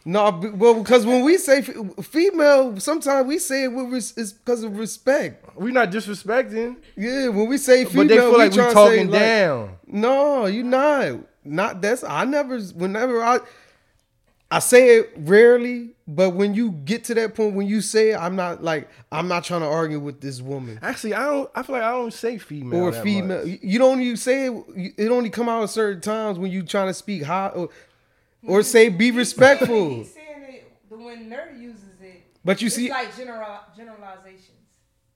[SPEAKER 2] No, b- well, because when we say f- female, sometimes we say it with res- it's because of respect.
[SPEAKER 1] We not disrespecting,
[SPEAKER 2] Yeah, when we say
[SPEAKER 1] but
[SPEAKER 2] female,
[SPEAKER 1] they feel like we
[SPEAKER 2] try to say,
[SPEAKER 1] talking
[SPEAKER 2] like,
[SPEAKER 1] down.
[SPEAKER 2] no, you not. Not that's I never. Whenever I, I say it rarely, but when you get to that point when you say it, I'm not like I'm not trying to argue with this woman
[SPEAKER 1] Actually, I don't. I feel like I don't say female
[SPEAKER 2] or
[SPEAKER 1] that
[SPEAKER 2] female.
[SPEAKER 1] much.
[SPEAKER 2] You- You don't even say it. you- It only come out at certain times when you trying to speak high or or say be respectful.
[SPEAKER 3] He's saying it the when nerd uses it.
[SPEAKER 2] But you
[SPEAKER 3] it's
[SPEAKER 2] see,
[SPEAKER 3] like general generalizations.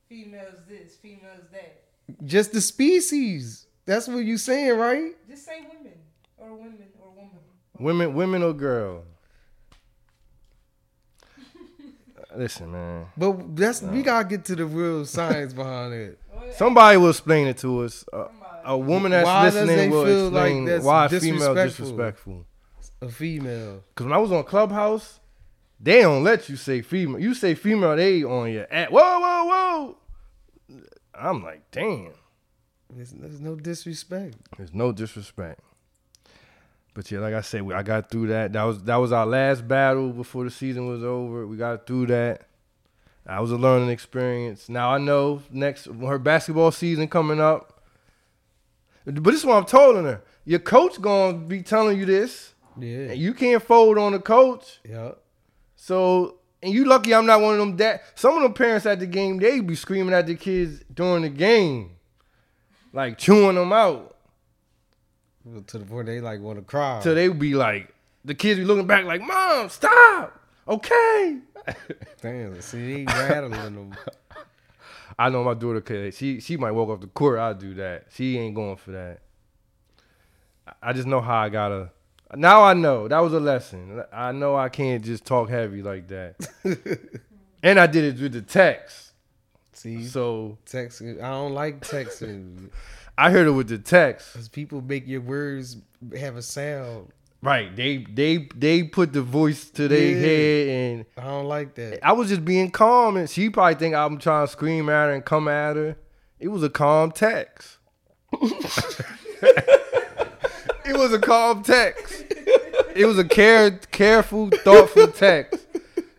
[SPEAKER 3] females this, females that.
[SPEAKER 2] Just the species. That's what you saying, right?
[SPEAKER 3] Just say women or women or woman.
[SPEAKER 1] Women, women or girl. Listen, man.
[SPEAKER 2] But that's we gotta get to the real science behind it.
[SPEAKER 3] Or
[SPEAKER 1] Somebody will explain it to us. A,
[SPEAKER 3] somebody.
[SPEAKER 1] a woman that's
[SPEAKER 2] Why does they
[SPEAKER 1] listening will
[SPEAKER 2] feel like
[SPEAKER 1] explain
[SPEAKER 2] that's
[SPEAKER 1] why a female
[SPEAKER 2] disrespectful?
[SPEAKER 1] disrespectful.
[SPEAKER 2] A female.
[SPEAKER 1] Because when I was on Clubhouse, they don't let you say female. You say female, they on your at. Whoa, whoa, whoa. I'm like, damn.
[SPEAKER 2] There's, there's no disrespect.
[SPEAKER 1] There's no disrespect. But yeah, like I said, we, I got through that. That was that was our last battle before the season was over. We got through that. That was a learning experience. Now I know next her basketball season coming up. But this is what I'm telling her. Your coach gonna be telling you this.
[SPEAKER 2] Yeah.
[SPEAKER 1] And you can't fold on the coach.
[SPEAKER 2] yeah.
[SPEAKER 1] So and you lucky I'm not one of them dad. Some of them parents at the game, they be screaming at the kids during the game. Like chewing them out.
[SPEAKER 2] To the point they like want to cry.
[SPEAKER 1] So they would be like, the kids be looking back like, "Mom, stop." Okay.
[SPEAKER 2] Damn. See, they rattling them.
[SPEAKER 1] I know my daughter could. She she might walk off the court. I'll do that. She ain't going for that. I- I just know how I gotta. Now I know that was a lesson. I know I can't just talk heavy like that. and I did it with the text.
[SPEAKER 2] See,
[SPEAKER 1] So
[SPEAKER 2] texting. I don't like texting
[SPEAKER 1] I heard it with the text.
[SPEAKER 2] because people make your words have a sound.
[SPEAKER 1] Right. They they they put the voice to their
[SPEAKER 2] Yeah.
[SPEAKER 1] head and
[SPEAKER 2] I don't like that.
[SPEAKER 1] I was just being calm, and she probably think I'm trying to scream at her and come at her. It was a calm text. it was a calm text. It was a care, careful, thoughtful text.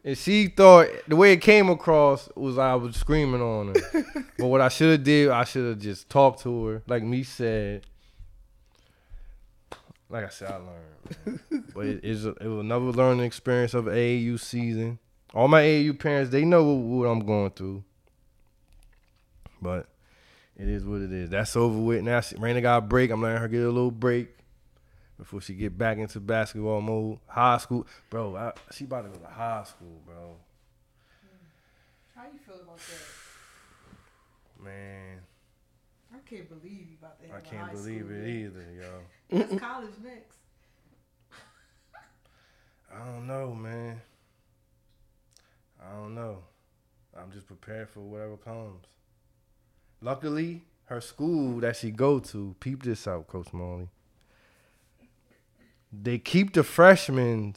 [SPEAKER 1] And she thought the way it came across was I was screaming on her. But what I should have did, I should have just talked to her, like me said. Like I said, I learned. man. But it, it's a, it was another learning experience of AAU season. All my AAU parents, they know what, what I'm going through. But it is what it is. That's over with. Now she, Raina got a break. I'm letting her get a little break before she get back into basketball mode. High school. Bro, I, she about to go to high school, bro.
[SPEAKER 3] How you feel about that?
[SPEAKER 1] Man,
[SPEAKER 3] I can't believe you about to
[SPEAKER 1] I
[SPEAKER 3] have a
[SPEAKER 1] can't
[SPEAKER 3] high
[SPEAKER 1] believe
[SPEAKER 3] school
[SPEAKER 1] it
[SPEAKER 3] year.
[SPEAKER 1] either, yo.
[SPEAKER 3] It's college next.
[SPEAKER 1] I don't know, man. I don't know. I'm just prepared for whatever comes. Luckily, her school that she go to, peep this out, Coach Molly. They keep the freshmen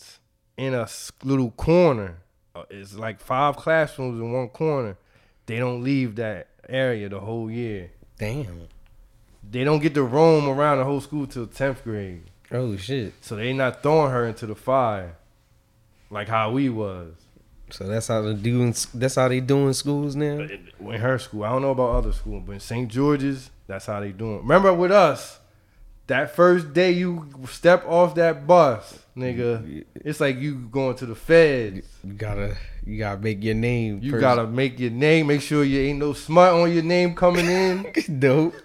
[SPEAKER 1] in a s- little corner. Uh, It's like five classrooms in one corner. They don't leave that area the whole year.
[SPEAKER 2] Damn.
[SPEAKER 1] They don't get to roam around the whole school till 10th grade.
[SPEAKER 2] Oh shit.
[SPEAKER 1] So they not throwing her into the fire like how we was.
[SPEAKER 2] So that's how they doing. That's how they doing schools now.
[SPEAKER 1] in her school. I don't know about other school, but in St. George's, that's how they doing. Remember with us, that first day you step off that bus, nigga, it's like you going to the feds.
[SPEAKER 2] You gotta, you gotta make your name.
[SPEAKER 1] You
[SPEAKER 2] first.
[SPEAKER 1] gotta make your name. Make sure you ain't no smut on your name coming in.
[SPEAKER 2] Nope.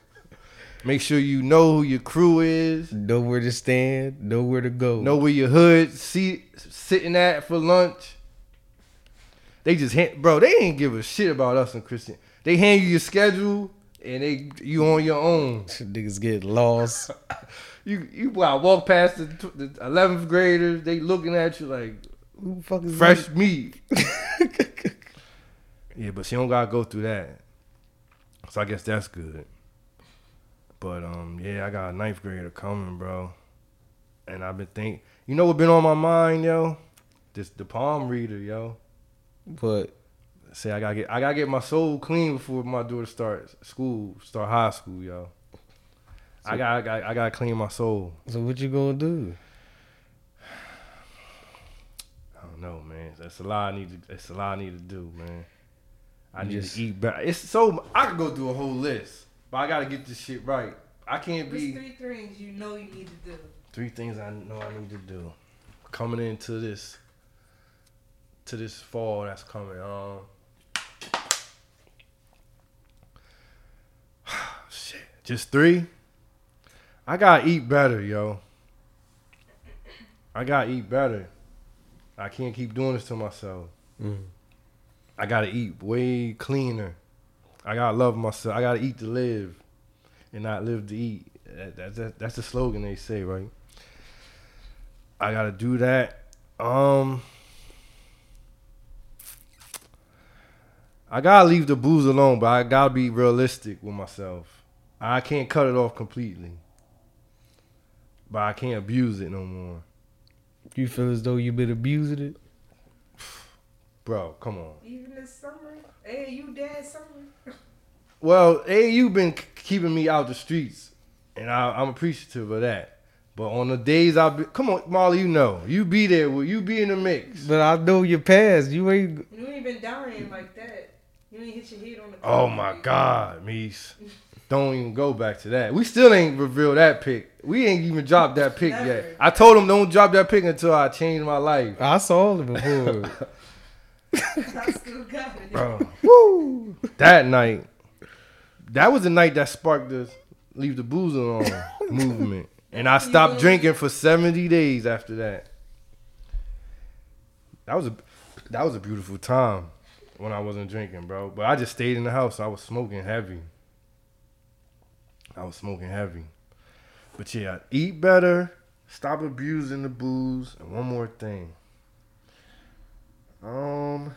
[SPEAKER 1] Make sure you know who your crew is.
[SPEAKER 2] Know where to stand. Know where to go.
[SPEAKER 1] Know where your hood seat sitting at for lunch. They just hand, bro. They ain't give a shit about us and Christian. They hand you your schedule and they you on your own.
[SPEAKER 2] Niggas get lost.
[SPEAKER 1] You you wow, walk past the tw- the eleventh graders. They looking at you like
[SPEAKER 2] Who the fuck is
[SPEAKER 1] fresh meat. Yeah, but she don't gotta go through that. So I guess that's good. But um, yeah, I got a ninth grader coming, bro. And I've been thinking, you know what been on my mind, yo? This the palm reader, yo.
[SPEAKER 2] But
[SPEAKER 1] Say I gotta get I gotta get my soul clean before my daughter starts school, start high school, yo. I got I got I gotta clean my soul.
[SPEAKER 2] so what you gonna do?
[SPEAKER 1] I don't know, man. That's a lot I need to. It's a lot I need to do, man. I
[SPEAKER 2] You
[SPEAKER 1] need
[SPEAKER 2] just-
[SPEAKER 1] to eat better. It's so I could go through a whole list, but I gotta get this shit right. I can't
[SPEAKER 3] There's
[SPEAKER 1] be
[SPEAKER 3] three things you know you need to do.
[SPEAKER 1] three things I know I need to do coming into this to this fall that's coming. Um, shit, just three. I gotta eat better, yo. I gotta eat better. I can't keep doing this to myself.
[SPEAKER 2] Mm.
[SPEAKER 1] I gotta eat way cleaner. I gotta love myself. I gotta eat to live, and not live to eat. That, that, that- that's the slogan they say, right? I gotta do that. Um, I gotta leave the blues alone, but I gotta be realistic with myself. I can't cut it off completely, but I can't abuse it no more,
[SPEAKER 2] You feel as though you've been abusing it?
[SPEAKER 1] bro. Come on.
[SPEAKER 3] Even this summer, hey, you dead summer.
[SPEAKER 1] Well, AAU been k- keeping me out the streets, and I, I'm appreciative of that. But on the days I be, come on, Molly, you know, you be there, with- you be in the mix.
[SPEAKER 2] But I know your past. You ain't.
[SPEAKER 3] You ain't been dying like that. You ain't hit your head on the.
[SPEAKER 1] Oh my
[SPEAKER 3] concrete.
[SPEAKER 1] God, Mees, don't even go back to that. We still ain't revealed that pick. We ain't even dropped that pick yet.
[SPEAKER 3] Never.
[SPEAKER 1] I told him don't drop that pick until I change my life,
[SPEAKER 2] I saw it before.
[SPEAKER 3] I still got it.
[SPEAKER 1] bro.
[SPEAKER 2] Woo!
[SPEAKER 1] that night, that was the night that sparked the leave the booze alone movement, and I stopped drinking for seventy days after that. That was a that was a beautiful time when I wasn't drinking, bro. But I just stayed in the house. I was smoking heavy. I was smoking heavy, but yeah, eat better, stop abusing the booze, and one more thing. Um.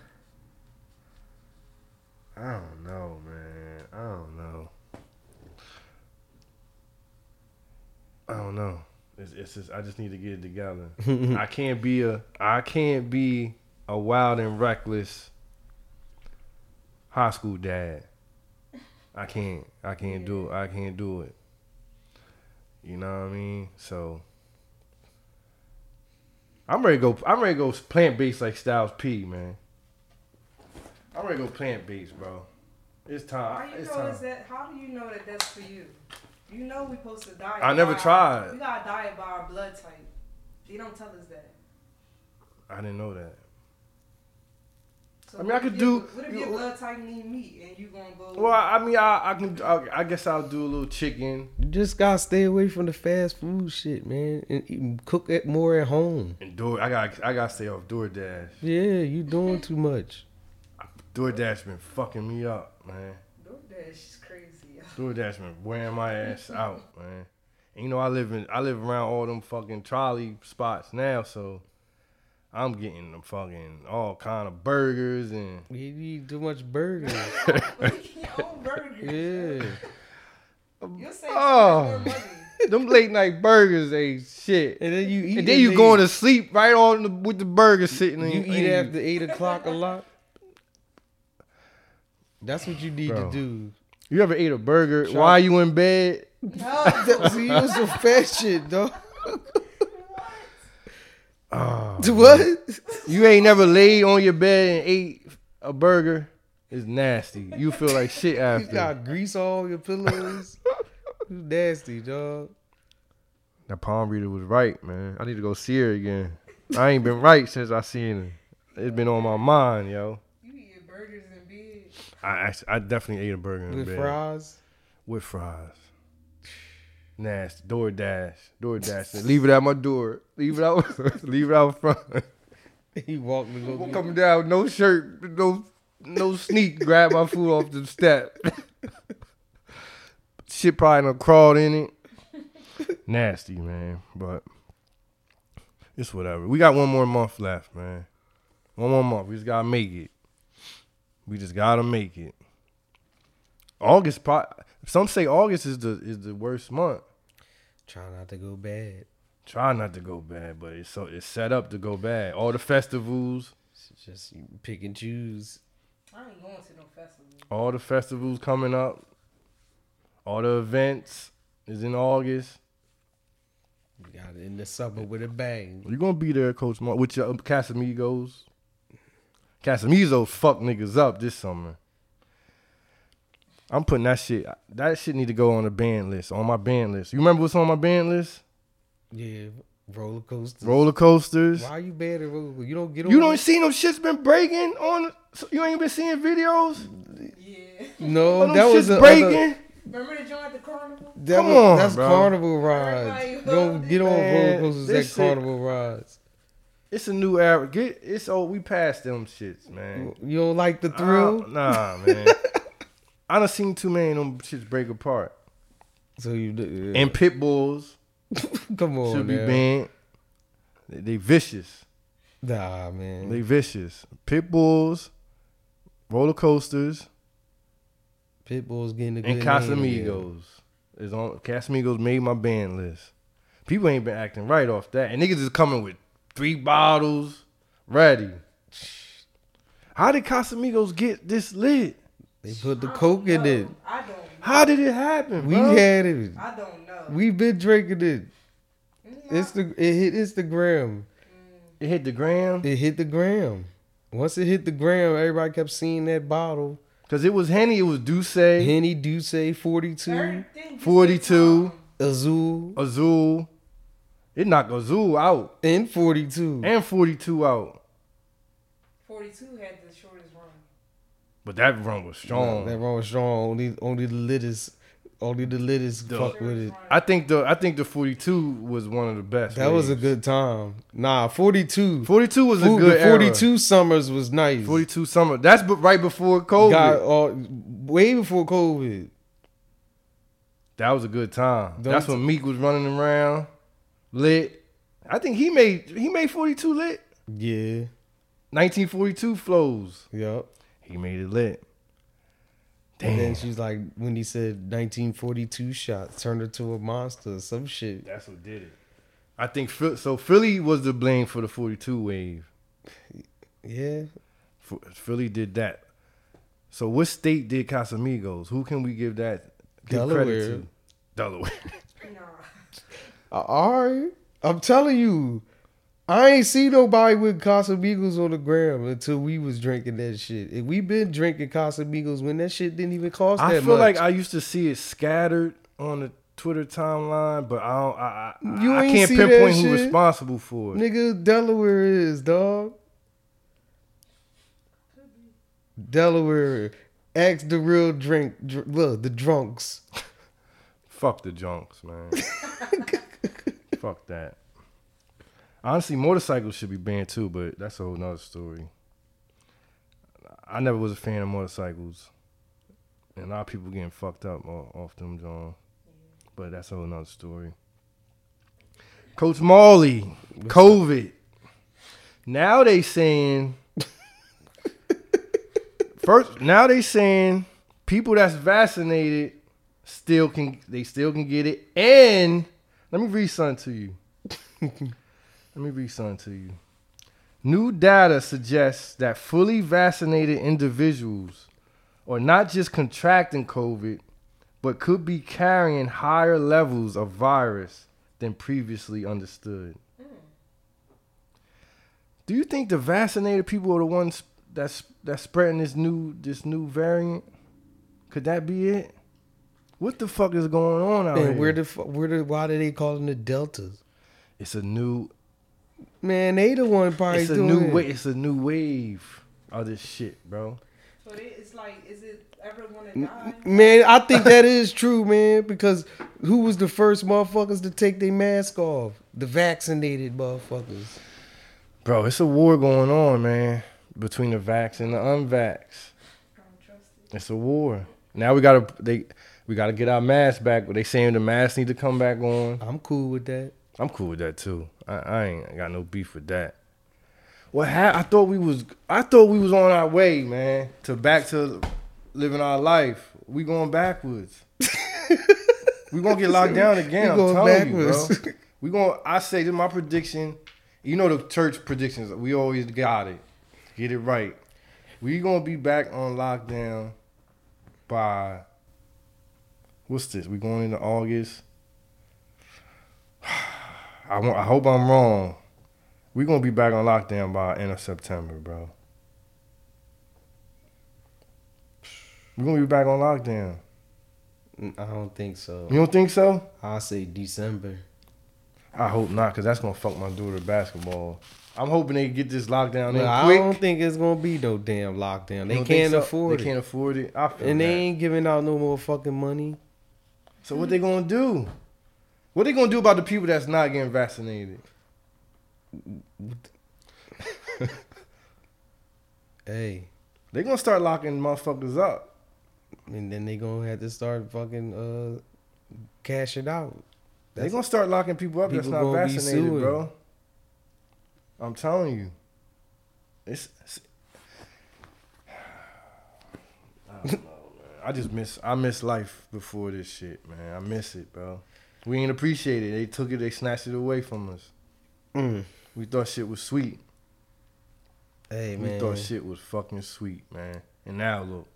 [SPEAKER 1] I don't know, man. I don't know. I don't know. Mm-hmm. It's, it's just I just need to get it together. I can't be a I can't be a wild and reckless high school dad. I can't. I can't do it. I can't do it. You know what I mean? So I'm ready to go I'm ready to go plant based like Styles P, man. I'm ready to go plant based, bro. It's
[SPEAKER 3] How
[SPEAKER 1] time.
[SPEAKER 3] you
[SPEAKER 1] It's
[SPEAKER 3] know
[SPEAKER 1] time.
[SPEAKER 3] is that? How do you know that that's for you? You know we supposed to die.
[SPEAKER 1] I never
[SPEAKER 3] by-
[SPEAKER 1] tried.
[SPEAKER 3] We gotta die by our blood type. They don't tell us that.
[SPEAKER 1] I didn't know that.
[SPEAKER 3] So
[SPEAKER 1] I mean,
[SPEAKER 3] what
[SPEAKER 1] I
[SPEAKER 3] if
[SPEAKER 1] could
[SPEAKER 3] your-
[SPEAKER 1] do-
[SPEAKER 3] What if
[SPEAKER 1] you-
[SPEAKER 3] your blood type need meat and you gonna go?
[SPEAKER 1] Well, I mean, I, I can. I, I guess I'll do a little chicken
[SPEAKER 2] You just gotta stay away from the fast food shit, man, and eat, cook it more at home.
[SPEAKER 1] and door. I got. I got to stay off DoorDash.
[SPEAKER 2] Yeah, you doing too much.
[SPEAKER 1] DoorDash been fucking me up, man.
[SPEAKER 3] DoorDash is crazy.
[SPEAKER 1] DoorDash been wearing my ass out, man. And you know, I live in. I live around all them fucking trolley spots now, so I'm getting them fucking all kind of burgers and
[SPEAKER 2] You eat too much burger.
[SPEAKER 3] Making your own burgers.
[SPEAKER 2] yeah.
[SPEAKER 3] You'll save
[SPEAKER 1] Oh.
[SPEAKER 3] so much more money.
[SPEAKER 1] them late night burgers ain't shit.
[SPEAKER 2] And then you eat.
[SPEAKER 1] And then you going to sleep right on the, with the burger sitting. in
[SPEAKER 2] You
[SPEAKER 1] your-
[SPEAKER 2] eat
[SPEAKER 1] in-
[SPEAKER 2] after eight o'clock a lot. That's what you need
[SPEAKER 1] Bro.
[SPEAKER 2] to do.
[SPEAKER 1] You ever ate a burger
[SPEAKER 2] Chop-
[SPEAKER 1] while you in bed?
[SPEAKER 3] No.
[SPEAKER 2] See, you some fat shit, dog.
[SPEAKER 3] What?
[SPEAKER 1] Oh,
[SPEAKER 2] What?
[SPEAKER 1] You ain't never laid on your bed and ate a burger. It's nasty. You feel like shit
[SPEAKER 2] You
[SPEAKER 1] after.
[SPEAKER 2] got grease all over your pillows. you nasty, dog.
[SPEAKER 1] that palm reader was right, man. I need to go see her again. I ain't been right since I seen her. It's been on my mind, yo.
[SPEAKER 3] You eating burgers in bed?
[SPEAKER 1] I actually, I definitely ate a burger in
[SPEAKER 2] With
[SPEAKER 1] bed
[SPEAKER 2] fries.
[SPEAKER 1] with fries. Nasty. DoorDash. DoorDash. said, Leave it at my door. Leave it out. leave it out front.
[SPEAKER 2] He walked me little
[SPEAKER 1] Won't come down. No shirt. No no sneak. grab my food off the step. Shit probably done crawled in it. Nasty, man. But it's whatever. We got one more month left, man. One more month. We just gotta make it. We just gotta make it. August pro some say August is the is the worst month.
[SPEAKER 2] Try not to go bad.
[SPEAKER 1] Try not to go bad, but it's so it's set up to go bad. All the festivals,
[SPEAKER 2] It's Just pick and choose.
[SPEAKER 3] I ain't going to no festival.
[SPEAKER 1] all the festivals coming up, all the events is in August.
[SPEAKER 2] You got it in the summer with a bang.
[SPEAKER 1] You're gonna be there, Coach Mark, with your um, Casamigos. Casamigos fuck niggas up this summer. I'm putting that shit. That shit need to go on the band list. On my band list. You remember what's on my band list?
[SPEAKER 2] Yeah, roller coaster.
[SPEAKER 1] Roller coasters.
[SPEAKER 2] Why you bad at roller coaster? You don't get on
[SPEAKER 1] You don't see them shit's been breaking on. You ain't been seeing videos.
[SPEAKER 3] Yeah.
[SPEAKER 1] Oh,
[SPEAKER 2] No,
[SPEAKER 1] them
[SPEAKER 2] that was
[SPEAKER 1] shit's
[SPEAKER 2] the
[SPEAKER 1] breaking.
[SPEAKER 2] Other,
[SPEAKER 3] Remember the joint at the carnival?
[SPEAKER 2] that
[SPEAKER 1] Come
[SPEAKER 2] was,
[SPEAKER 1] on,
[SPEAKER 2] that's
[SPEAKER 1] bro.
[SPEAKER 2] carnival rides. You
[SPEAKER 3] Everybody
[SPEAKER 2] don't get on
[SPEAKER 1] Man,
[SPEAKER 2] roller coasters
[SPEAKER 1] this
[SPEAKER 2] at
[SPEAKER 1] shit-
[SPEAKER 2] carnival rides.
[SPEAKER 1] It's a new era. Get it's old. We passed them shits, man. Uh,
[SPEAKER 2] You don't like the
[SPEAKER 1] I don't-
[SPEAKER 2] thrill?
[SPEAKER 1] nah, Oh, man. I done seen too many of them shits break apart.
[SPEAKER 2] So you do.
[SPEAKER 1] And pit bulls
[SPEAKER 2] come on,
[SPEAKER 1] should be
[SPEAKER 2] now.
[SPEAKER 1] banned. They, they vicious.
[SPEAKER 2] Nah, man.
[SPEAKER 1] They vicious. Pit bulls, roller coasters,
[SPEAKER 2] Pitbull's getting a good
[SPEAKER 1] and Casamigos is on. Casamigos made my band list. People ain't been acting right off that, and niggas is coming with three bottles ready. How did Casamigos get this lit?
[SPEAKER 2] They put the
[SPEAKER 3] I don't
[SPEAKER 2] coke in
[SPEAKER 3] know.
[SPEAKER 2] it.
[SPEAKER 3] I don't. Know.
[SPEAKER 1] How did it happen?
[SPEAKER 2] We
[SPEAKER 1] bro?
[SPEAKER 2] had it.
[SPEAKER 3] I don't know.
[SPEAKER 2] We've been drinking it.
[SPEAKER 3] Mm,
[SPEAKER 2] It's the it hit Instagram.
[SPEAKER 1] it hit the gram
[SPEAKER 2] It hit the gram. Once it hit the gram, everybody kept seeing that bottle.
[SPEAKER 1] because it was Henny, it was Duce,
[SPEAKER 2] Henny Duce 42,
[SPEAKER 3] everything just
[SPEAKER 1] 42.
[SPEAKER 3] become-
[SPEAKER 2] Azul,
[SPEAKER 1] Azul. It knocked Azul out
[SPEAKER 2] and 42.
[SPEAKER 1] and 42 out,
[SPEAKER 3] 42 had the shortest run.
[SPEAKER 1] but that run was strong.
[SPEAKER 2] That wrong was strong. Only only the littest, only the littest
[SPEAKER 1] Duh.
[SPEAKER 2] fuck with it.
[SPEAKER 3] Shortest run.
[SPEAKER 1] I think the I think the 42 was one of the best.
[SPEAKER 2] That was a
[SPEAKER 1] waves.
[SPEAKER 2] good time. Nah, 42.
[SPEAKER 1] 42 was a
[SPEAKER 2] Ooh,
[SPEAKER 1] good
[SPEAKER 2] the 42 summers was nice.
[SPEAKER 1] Era. 42 summer. That's b- right before COVID.
[SPEAKER 2] Got all, way before COVID.
[SPEAKER 1] That was a good time.
[SPEAKER 2] Don't
[SPEAKER 1] That's when Meek was running around lit. I think he made he made 42 lit.
[SPEAKER 2] Yeah.
[SPEAKER 1] 1942 flows.
[SPEAKER 2] Yep.
[SPEAKER 1] He made it lit.
[SPEAKER 2] And then
[SPEAKER 1] Damn.
[SPEAKER 2] she's like, when he said 1942 shots turned her to a monster, some shit.
[SPEAKER 1] That's what did it. I think Phil- so Philly was the blame for the 42 wave.
[SPEAKER 2] Yeah.
[SPEAKER 1] Ph- Philly did that. So what state did Casamigos? Who can we give that give credit
[SPEAKER 2] Delaware.
[SPEAKER 1] to? Delaware.
[SPEAKER 3] Nah.
[SPEAKER 2] Uh, All right. I'm telling you, I ain't see nobody with Casamigos on the gram until we was drinking that shit. And we been drinking Casamigos when that shit didn't even cost that
[SPEAKER 1] I
[SPEAKER 2] much.
[SPEAKER 1] feel like I used to see it scattered on the Twitter timeline, but I don't, I, I,
[SPEAKER 2] You
[SPEAKER 1] I
[SPEAKER 2] ain't
[SPEAKER 1] can't
[SPEAKER 2] see that
[SPEAKER 1] pinpoint who
[SPEAKER 2] shit?
[SPEAKER 1] responsible for it.
[SPEAKER 2] Nigga, Delaware is, dog. Delaware. Ask the real drink, dr- look, the drunks.
[SPEAKER 1] Fuck the junks, man. Fuck that. Honestly, motorcycles should be banned too, but that's a whole nother story. I never was a fan of motorcycles, and a lot of people getting fucked up o- off them, John. But that's a whole nother story. Coach Marley, COVID. Now they saying first. Now they saying people that's vaccinated still can they still can get it. And let me read something to you. let me read something to you. New data suggests that fully vaccinated individuals are not just contracting COVID, but could be carrying higher levels of virus than previously understood. Do you think the vaccinated people are the ones that's that's spreading this new this new variant? Could that be it? What the fuck is going on out
[SPEAKER 2] Man,
[SPEAKER 1] here?
[SPEAKER 2] where the fu- where the why do they calling it deltas?
[SPEAKER 1] it's a new
[SPEAKER 2] Man, they the one probably
[SPEAKER 1] it's a
[SPEAKER 2] doing
[SPEAKER 1] new
[SPEAKER 2] it.
[SPEAKER 1] wa- it's a new wave of this shit, bro.
[SPEAKER 3] So it, it's like, is it ever going
[SPEAKER 1] Mm,
[SPEAKER 3] to die?
[SPEAKER 2] Man, I think that is true, man. Because who was the first motherfuckers to take their mask off? The vaccinated motherfuckers.
[SPEAKER 1] Bro, it's a war going on, man, between the vax and the unvax.
[SPEAKER 3] I don't trust it.
[SPEAKER 1] It's a war. Now we gotta they we gotta get our masks back. They saying the masks need to come back on.
[SPEAKER 2] I'm cool with that.
[SPEAKER 1] I'm cool with that too. I, I ain't got no beef with that. Well, ha- I thought we was I thought we was on our way, man, to back to living our life. We going backwards. we gonna get locked down again.
[SPEAKER 2] We
[SPEAKER 1] I'm
[SPEAKER 2] going
[SPEAKER 1] telling you,
[SPEAKER 2] backwards.
[SPEAKER 1] bro. We going. I say this is my prediction. You know the church predictions. We always got it. Get it right. We gonna be back on lockdown by what's this? We going into August. I want, I hope I'm wrong. We gonna be back on lockdown by end of September, bro. We gonna be back on lockdown.
[SPEAKER 2] Mm, I don't think so.
[SPEAKER 1] You don't think so?
[SPEAKER 2] I say December.
[SPEAKER 1] I hope not, cause that's gonna fuck my daughter basketball. I'm hoping they get this lockdown
[SPEAKER 2] But I
[SPEAKER 1] in
[SPEAKER 2] don't
[SPEAKER 1] quick.
[SPEAKER 2] think it's gonna be no damn lockdown. They
[SPEAKER 1] You don't think
[SPEAKER 2] can't
[SPEAKER 1] so?
[SPEAKER 2] afford
[SPEAKER 1] They
[SPEAKER 2] it,
[SPEAKER 1] can't afford it. I feel
[SPEAKER 2] and they
[SPEAKER 1] that.
[SPEAKER 2] ain't giving out no more fucking money.
[SPEAKER 1] So what they gonna do? What they gonna do about the people that's not getting vaccinated?
[SPEAKER 2] Hey,
[SPEAKER 1] They gonna start locking motherfuckers up.
[SPEAKER 2] and then they gonna have to start fucking uh, cash it out.
[SPEAKER 1] They're gonna start locking people up that's
[SPEAKER 2] People
[SPEAKER 1] not
[SPEAKER 2] gonna be
[SPEAKER 1] vaccinated,
[SPEAKER 2] suing.
[SPEAKER 1] bro. I'm telling you. It's, it's- I don't know, man. I just miss I miss life before this shit, man. I miss it, bro. We ain't appreciate it. They took it, they snatched it away from us.
[SPEAKER 2] Mm.
[SPEAKER 1] We thought shit was sweet.
[SPEAKER 2] Hey
[SPEAKER 1] We
[SPEAKER 2] man,
[SPEAKER 1] thought shit was fucking sweet, man. And now look.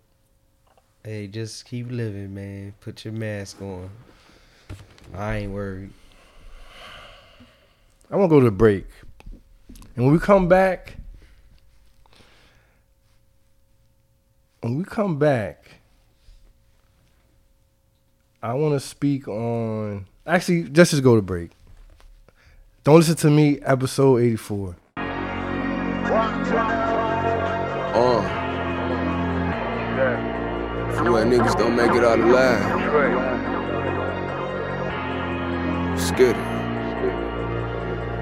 [SPEAKER 2] hey, just keep living, man. Put your mask on. I ain't worried.
[SPEAKER 1] I'm gonna go to break. And when we come back, when we come back, I wanna speak on actually just just go to break. Don't listen to me, episode 84.
[SPEAKER 4] Uh. Where niggas don't make it out alive. Skid it.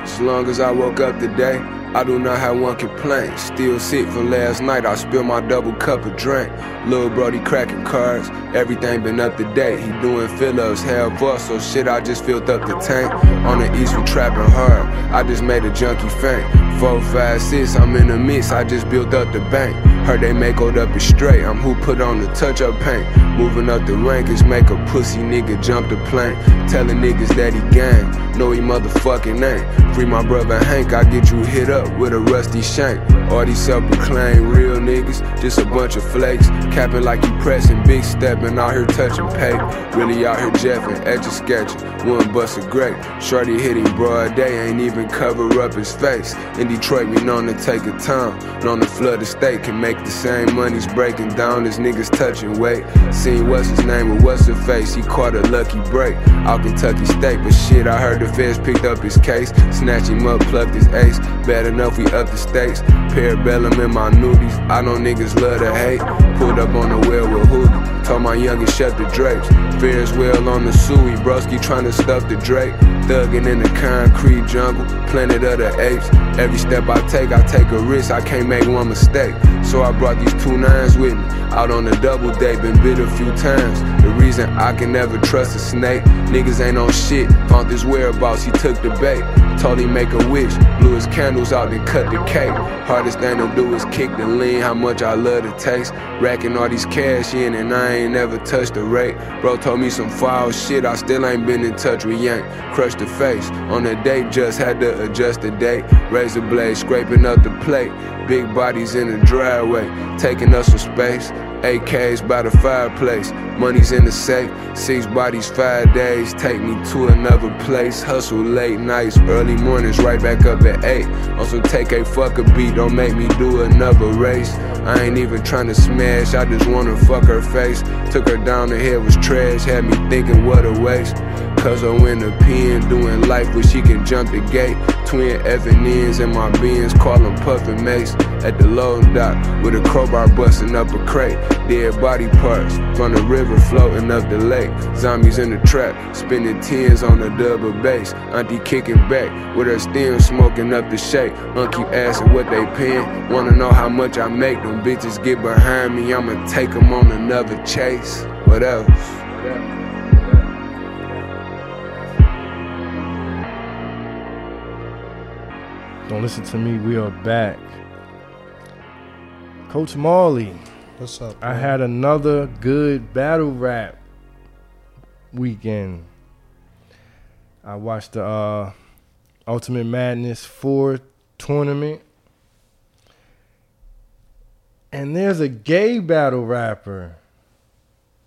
[SPEAKER 4] As long as I woke up today, I do not have one complaint. Still sick from last night, I spilled my double cup of drink. Lil' Brody cracking cards, everything been up to date. He doing fill-ups, hell for so shit, I just filled up the tank. On the east, we trapping hard, I just made a junkie faint. Four, five, six, I'm in the mix, I just built up the bank. Heard they make old up it straight, I'm who put on the touch up paint. Moving up the rankings, make a pussy nigga jump the plane. Telling niggas that he gang, no he motherfucking ain't. Free my brother Hank, I get you hit up with a rusty shank. All these self proclaimed real niggas, just a bunch of flakes. Capping like you pressing, big stepping, out here touching pay. Really out here jeffing, edge of sketching, one bust a grape. Shorty hitting broad day, ain't even cover up his face. In Detroit, we known to take a time, known to flood the state, can make the same money's breaking down as niggas touching weight. Seen what's his name with what's her face, he caught a lucky break out Kentucky State. But shit, I heard the feds picked up his case, snatched him up, plucked his ace. Bad enough, we up the stakes. Parabellum in my nudies, I know niggas love to hate. Pulled up on the well with hoodie. Told my youngest shut the drapes. Ferris wheel on the Suey, broski trying to stuff the Drake. Thuggin' in the concrete jungle, planet of the apes. Every step I take, I take a risk, I can't make one mistake. So I brought these two nines with me. Out on a double date, been bit a few times. The reason I can never trust a snake, niggas ain't on shit. Found his whereabouts, he took the bait. Told him make a wish, blew his candles out, then cut the cake. Hardest thing to do is kick the lean, how much I love the taste. Racking all these cash in, and I ain't never touched the rate. Bro told me some foul shit, I still ain't been in touch with Yank. Crushed the face, on the date, just had to adjust the date. Razor blade, scraping up the plate. Big bodies in the driveway, taking up some space. AKs by the fireplace, money's in the safe. Six bodies, five days, take me to another place. Hustle late nights, early mornings, right back up at eight. Also take a fuck a beat, don't make me do another race. I ain't even tryna smash, I just wanna fuck her face. Took her down, the head was trash, had me thinking what a waste. Cause I'm in the pen, doing life where she can jump the gate. Twin F and N's in my beans, call them Puffin Mace. At the loading dock, with a crowbar busting up a crate. Dead body parts, from the river floating up the lake. Zombies in the trap, spinning tens on the double bass. Auntie kicking back, with her stem smoking up the shake. Uncle asking what they paying, wanna know how much I make. Them bitches get behind me, I'ma take 'em on another chase. What else?
[SPEAKER 1] Don't listen to me, we are back. Coach Marley.
[SPEAKER 2] What's up?
[SPEAKER 1] I had another good battle rap weekend. I watched the uh, Ultimate Madness 4 tournament. And there's a gay battle rapper,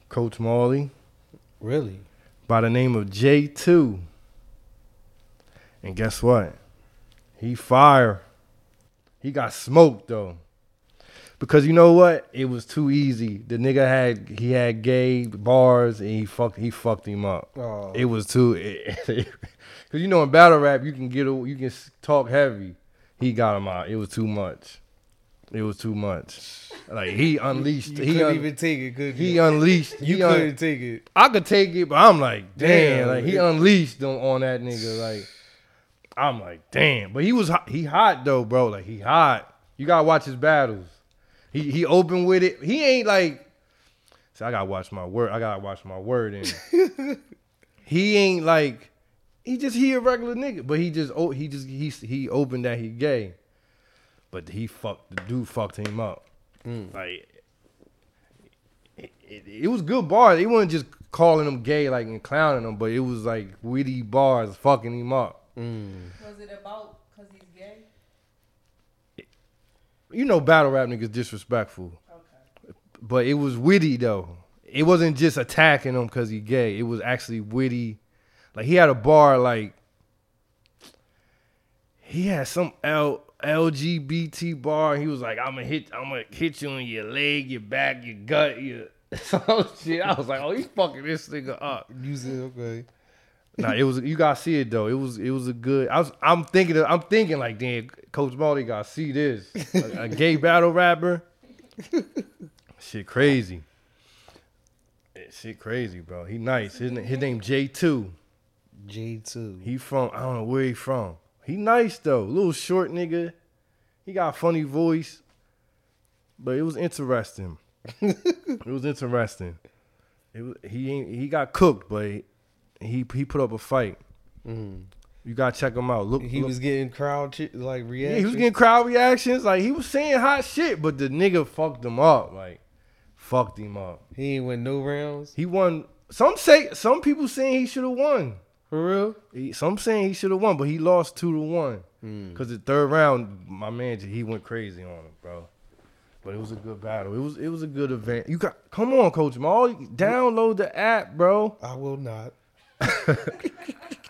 [SPEAKER 1] Coach Marley,
[SPEAKER 2] really
[SPEAKER 1] by the name of J2. And guess what? He fire. He got smoked though. Because you know what? It was too easy. The nigga had he had gay bars and he fucked he fucked him up.
[SPEAKER 2] Oh.
[SPEAKER 1] It was too cuz you know in battle rap you can get a, you can s- talk heavy. He got him out. It was too much. It was too much. Like he unleashed
[SPEAKER 2] you
[SPEAKER 1] he
[SPEAKER 2] couldn't
[SPEAKER 1] un-
[SPEAKER 2] even take it, could
[SPEAKER 1] he
[SPEAKER 2] you?
[SPEAKER 1] unleashed
[SPEAKER 2] you
[SPEAKER 1] he un-
[SPEAKER 2] couldn't take it.
[SPEAKER 1] I could take it, but I'm like, damn,
[SPEAKER 2] Damn,
[SPEAKER 1] like he
[SPEAKER 2] it-
[SPEAKER 1] unleashed them on that nigga. Like, I'm like, damn. But he was hot, he hot though, bro. Like he hot. You gotta watch his battles. He he open with it. He ain't like So I gotta watch my word. I gotta watch my word. And he ain't like he just he a regular nigga, but he just oh he just he he opened that he gay, but he fucked the dude fucked him up. Like it, it, it was good bars. They wasn't just calling him gay like and clowning him, but it was like witty bars fucking him up.
[SPEAKER 3] Was it about because he's gay?
[SPEAKER 1] You know, battle rap niggas disrespectful.
[SPEAKER 3] Okay.
[SPEAKER 1] but it was witty though. It wasn't just attacking him because he gay. It was actually witty. Like he had a bar like he had some L LGBT bar. And he was like, "I'm gonna hit, I'm gonna hit you in your leg, your back, your gut, your some shit." I was like, "Oh, he's fucking this nigga up."
[SPEAKER 2] Using okay.
[SPEAKER 1] nah, it was you gotta see it though. It was it was a good. I was I'm thinking of- I'm thinking like damn, Coach Baldy gotta see this a, a gay battle rapper. Shit crazy. Eh, Shit crazy, bro. He nice. His name, his name J two.
[SPEAKER 2] J two.
[SPEAKER 1] He from I don't know where he from. He nice though. Little short nigga. He got a funny voice. But it was interesting. it was interesting. It was, he ain't he got cooked, but he he put up a fight. You gotta check him out. Look,
[SPEAKER 2] Mm-hmm. He
[SPEAKER 1] look-
[SPEAKER 2] was getting crowd chi- like reaction.
[SPEAKER 1] yeah, he was getting crowd reactions. Like he was saying hot shit, but the nigga fucked him up. Like fucked him up.
[SPEAKER 2] He ain't win no rounds
[SPEAKER 1] He won. Some say some people saying he should have won.
[SPEAKER 2] for real.
[SPEAKER 1] He, some saying he should have won, but he lost two to one.
[SPEAKER 2] Hmm.
[SPEAKER 1] Cause the third round, my man, he went crazy on him, bro. But it was a good battle. It was it was a good event. You got come on, Coach Maul. Download the app, bro.
[SPEAKER 2] I will not.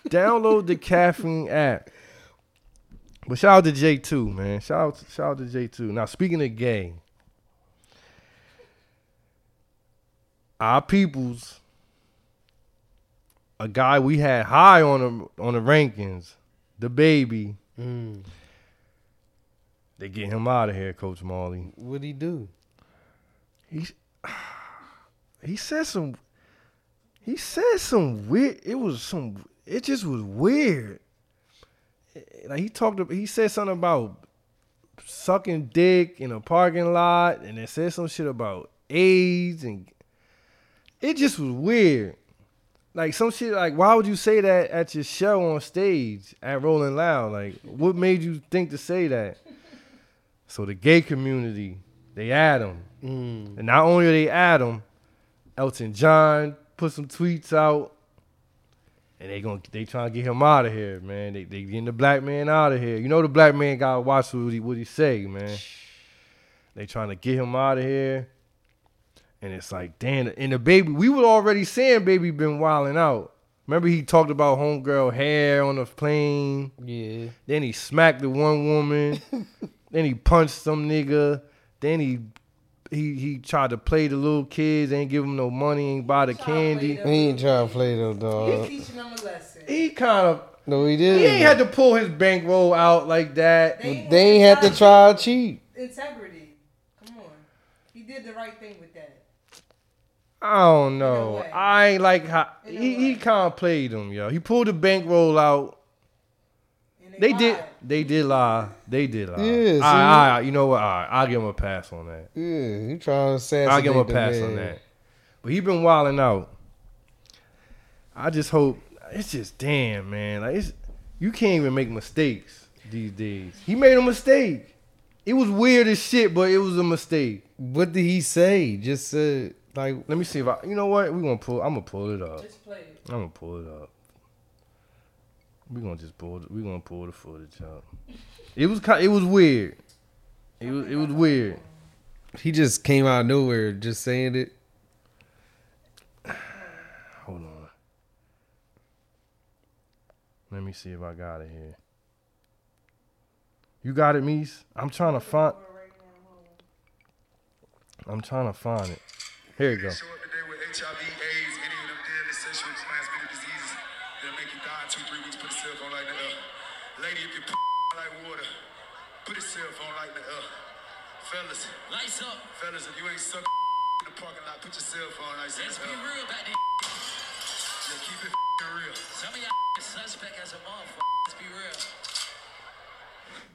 [SPEAKER 1] download the caffeine app. But shout out to J two, man. Shout out shout out to J two. Now speaking of gay, our peoples, a guy we had high on the on the rankings, the baby.
[SPEAKER 2] Mm.
[SPEAKER 1] They get him out of here, Coach Marley.
[SPEAKER 2] What'd he do?
[SPEAKER 1] He he said some. He said some weird. It was some. It just was weird. Like he talked. ab- He said something about sucking dick in a parking lot, and then said some shit about AIDS, and it just was weird. Like some shit. Like why would you say that at your show on stage at Rolling Loud? Like what made you think to say that? So the gay community, they add him.
[SPEAKER 2] Mm.
[SPEAKER 1] And not only are they at him, Elton John put some tweets out, and they going they trying to get him out of here, man. They they getting the black man out of here. You know the black man got to watch what he what he say, man. They trying to get him out of here, and it's like damn. And the baby, we were already saying baby been wilding out. Remember he talked about homegirl hair on the plane.
[SPEAKER 2] Yeah.
[SPEAKER 1] Then he smacked the one woman. then he punched some nigga. Then he he he tried to play the little kids. Ain't give him no money. Ain't buy the
[SPEAKER 3] Child
[SPEAKER 1] candy.
[SPEAKER 3] play
[SPEAKER 2] He ain't trying to play though,
[SPEAKER 3] He's
[SPEAKER 2] dog.
[SPEAKER 3] teaching them a lesson.
[SPEAKER 1] Uh, He kind of
[SPEAKER 2] No, he
[SPEAKER 1] he
[SPEAKER 2] didn't.
[SPEAKER 1] ain't had to pull his bankroll out like that.
[SPEAKER 2] they ain't had to try to cheat.
[SPEAKER 3] Integrity. Come on. He did the right thing with that.
[SPEAKER 1] I don't know.
[SPEAKER 3] way.
[SPEAKER 1] I ain't like how
[SPEAKER 3] In a
[SPEAKER 1] he he
[SPEAKER 3] way.
[SPEAKER 1] kind of played him, yo. He pulled the bankroll out.
[SPEAKER 3] And
[SPEAKER 1] They
[SPEAKER 3] lied.
[SPEAKER 1] did they did lie. They did lie.
[SPEAKER 2] Yeah,
[SPEAKER 1] Yeah,
[SPEAKER 2] see?
[SPEAKER 1] you know what? All right, I'll give him a pass on that.
[SPEAKER 2] Yeah, he trying to assassinate.
[SPEAKER 1] I'll give him a
[SPEAKER 2] the
[SPEAKER 1] pass
[SPEAKER 2] man.
[SPEAKER 1] on that. But he been wilding out. I just hope it's just damn man. Like it's you can't even make mistakes these days. He made a mistake. It was weird as shit, but it was a mistake.
[SPEAKER 2] What did he say? Just said like
[SPEAKER 1] Let me see if I you know what? We gonna pull I'm gonna pull it up.
[SPEAKER 3] Just play it.
[SPEAKER 1] I'm gonna pull it up. We gonna just pull the, we gonna pull the footage up. It was kind it was weird. It was it was weird.
[SPEAKER 2] he just came out of nowhere, just saying it.
[SPEAKER 1] Hold on. Let me see if I got it here. You got it, Mees? I'm trying to find. I'm trying to find it. Here you go.
[SPEAKER 5] Show up today with HIV, AIDS, any of them deadly sexually transmitted diseases that'll make you die in two, three weeks. Put a cell phone like the up. Lady, if you p- like water, put a cell phone like the up. Fellas,
[SPEAKER 6] Lights up.
[SPEAKER 5] fellas, if you ain't suck in the parking lot, put your cell phone like
[SPEAKER 6] Let's be
[SPEAKER 5] up.
[SPEAKER 6] real about this.
[SPEAKER 5] Yeah, keep it f***ing real.
[SPEAKER 6] Some of y'all is suspect as a motherfucker. Let's be real.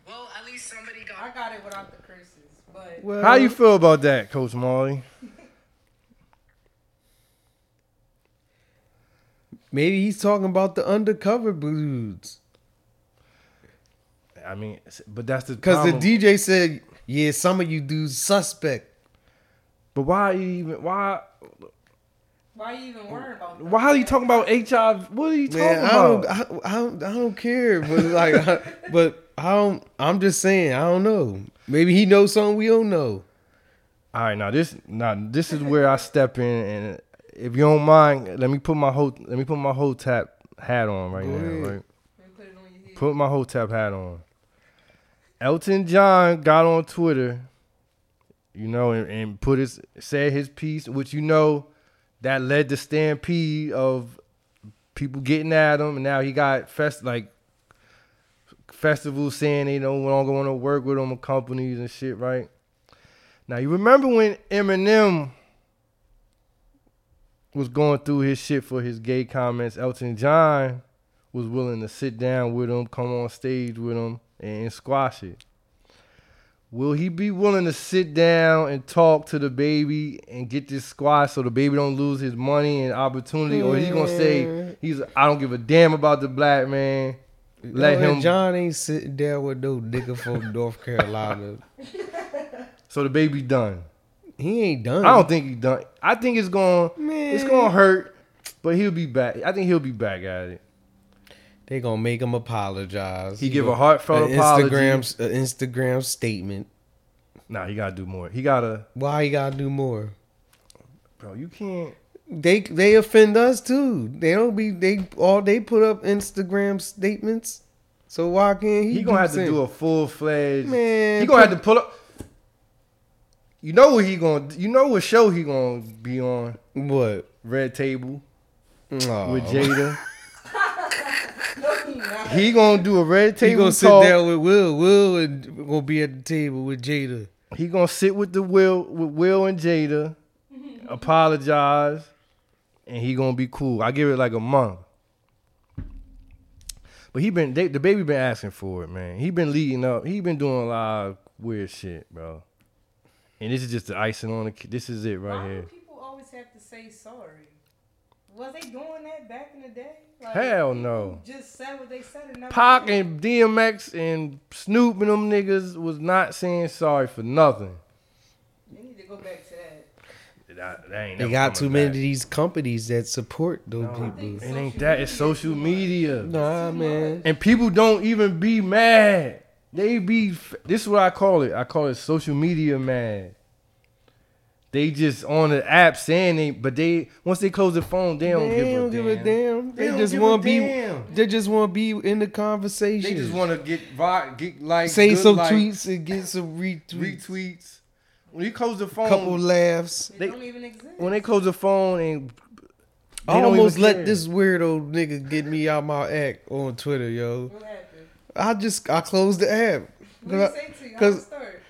[SPEAKER 6] Well, at least somebody got.
[SPEAKER 3] I got it
[SPEAKER 2] Uh,
[SPEAKER 3] without the curses, but
[SPEAKER 2] Well,
[SPEAKER 1] How you feel about that, Coach Marley?
[SPEAKER 2] Maybe he's talking about the undercover dudes.
[SPEAKER 1] I mean, s- but that's the
[SPEAKER 2] Because the
[SPEAKER 1] problem.
[SPEAKER 2] DJ said, yeah, some of you dudes suspect.
[SPEAKER 1] But why you even why
[SPEAKER 3] Why you even worrying about that?
[SPEAKER 1] why are you talking about HIV? What are you talking
[SPEAKER 2] Man, I
[SPEAKER 1] about?
[SPEAKER 2] don't, I, I don't, I don't care. But like, I, but I don't. I'm just saying, I don't know. Maybe he knows something we don't know.
[SPEAKER 1] All right, now this now this is where I step in, and if you don't mind, let me put my whole let me put my whole tap hat on right
[SPEAKER 2] Go ahead.
[SPEAKER 1] now. Right,
[SPEAKER 3] Let me put it on your head.
[SPEAKER 1] put my whole tap hat on. Elton John got on Twitter, you know, and, and put his said his piece, which you know that led to stampede of people getting at him, and now he got fest like festivals saying they don't want to to work with him, companies and shit, right? Now you remember when Eminem was going through his shit for his gay comments, Elton John was willing to sit down with him, come on stage with him, and squash it. Will he be willing to sit down and talk to the baby and get this squash so the baby don't lose his money and opportunity, or is he gonna say
[SPEAKER 2] Mm.
[SPEAKER 1] he's I don't give a damn about the black man? Let
[SPEAKER 2] Elton
[SPEAKER 1] him
[SPEAKER 2] John ain't sitting there with no nigga from North Carolina.
[SPEAKER 1] so the baby done.
[SPEAKER 2] He ain't done.
[SPEAKER 1] I don't think he done. I think it's going to it's
[SPEAKER 2] Man.
[SPEAKER 1] going to hurt, but he'll be back. I think he'll be back at it.
[SPEAKER 2] They gonna make him apologize.
[SPEAKER 1] He give a
[SPEAKER 2] gonna-
[SPEAKER 1] heartfelt
[SPEAKER 2] an
[SPEAKER 1] apology.
[SPEAKER 2] Instagram, an Instagram statement.
[SPEAKER 1] Nah, he got to do more. He got to
[SPEAKER 2] Why he gotta do more?
[SPEAKER 1] Bro, you can't
[SPEAKER 2] They they offend us too. They don't be they all they put up Instagram statements. So why can't he?
[SPEAKER 1] He going to
[SPEAKER 2] do
[SPEAKER 1] have to
[SPEAKER 2] same?
[SPEAKER 1] do a full-fledged.
[SPEAKER 2] Man,
[SPEAKER 1] he going to
[SPEAKER 2] put-
[SPEAKER 1] have to pull up You know what he going to you know what show he going to be on?
[SPEAKER 2] what
[SPEAKER 1] Red Table
[SPEAKER 2] Aw.
[SPEAKER 1] with Jada.
[SPEAKER 3] No, he not.
[SPEAKER 1] he going to do a Red Table
[SPEAKER 2] He gonna sit
[SPEAKER 1] talk.
[SPEAKER 2] down with Will. Will and gonna be at the table with Jada.
[SPEAKER 1] He gonna sit with the Will with Will and Jada, apologize, and he gonna be cool. I give it like a month. But he been they, the baby been asking for it, man. He been leading up. He been doing a lot of weird shit, bro. And this is just the icing on the. ca- This is it right
[SPEAKER 3] Why do
[SPEAKER 1] here.
[SPEAKER 3] people always have to say sorry? Was they doing that back in the day? Like,
[SPEAKER 1] Hell
[SPEAKER 3] people
[SPEAKER 1] no.
[SPEAKER 3] Just said what they said and never
[SPEAKER 1] Pac
[SPEAKER 3] did.
[SPEAKER 1] and DMX and Snoop and them niggas was not saying sorry for nothing.
[SPEAKER 3] They need to go back to that.
[SPEAKER 1] That, that ain't
[SPEAKER 2] They
[SPEAKER 1] never
[SPEAKER 2] got
[SPEAKER 1] coming
[SPEAKER 2] too many
[SPEAKER 1] back.
[SPEAKER 2] of these companies that support those people.
[SPEAKER 1] It ain't that. It's social media.
[SPEAKER 2] Nah, man.
[SPEAKER 1] and people don't even be mad. They be f- this is what I call it. I call it social media mad. They just on the app saying it, but they once they close the phone, they don't,
[SPEAKER 2] They
[SPEAKER 1] give,
[SPEAKER 2] don't
[SPEAKER 1] a
[SPEAKER 2] give
[SPEAKER 1] damn.
[SPEAKER 2] a
[SPEAKER 1] They
[SPEAKER 2] damn. They,
[SPEAKER 1] don't
[SPEAKER 2] just
[SPEAKER 1] give a
[SPEAKER 2] want to be.
[SPEAKER 1] damn.
[SPEAKER 2] They just want to be in the conversation.
[SPEAKER 1] They just want to get vi- get like
[SPEAKER 2] say
[SPEAKER 1] good
[SPEAKER 2] some
[SPEAKER 1] likes,
[SPEAKER 2] tweets and get some retweets,
[SPEAKER 1] retweets. When you close the phone,
[SPEAKER 2] couple laughs.
[SPEAKER 3] They,
[SPEAKER 1] They-
[SPEAKER 3] don't even exist.
[SPEAKER 1] when they close the phone and they
[SPEAKER 2] I
[SPEAKER 1] don't even
[SPEAKER 2] almost let
[SPEAKER 1] care.
[SPEAKER 2] this weirdo nigga get me out my act on Twitter, yo.
[SPEAKER 3] what happened?
[SPEAKER 2] I just I closed the app.
[SPEAKER 3] What did you say to you? How
[SPEAKER 2] Cause-
[SPEAKER 3] it start?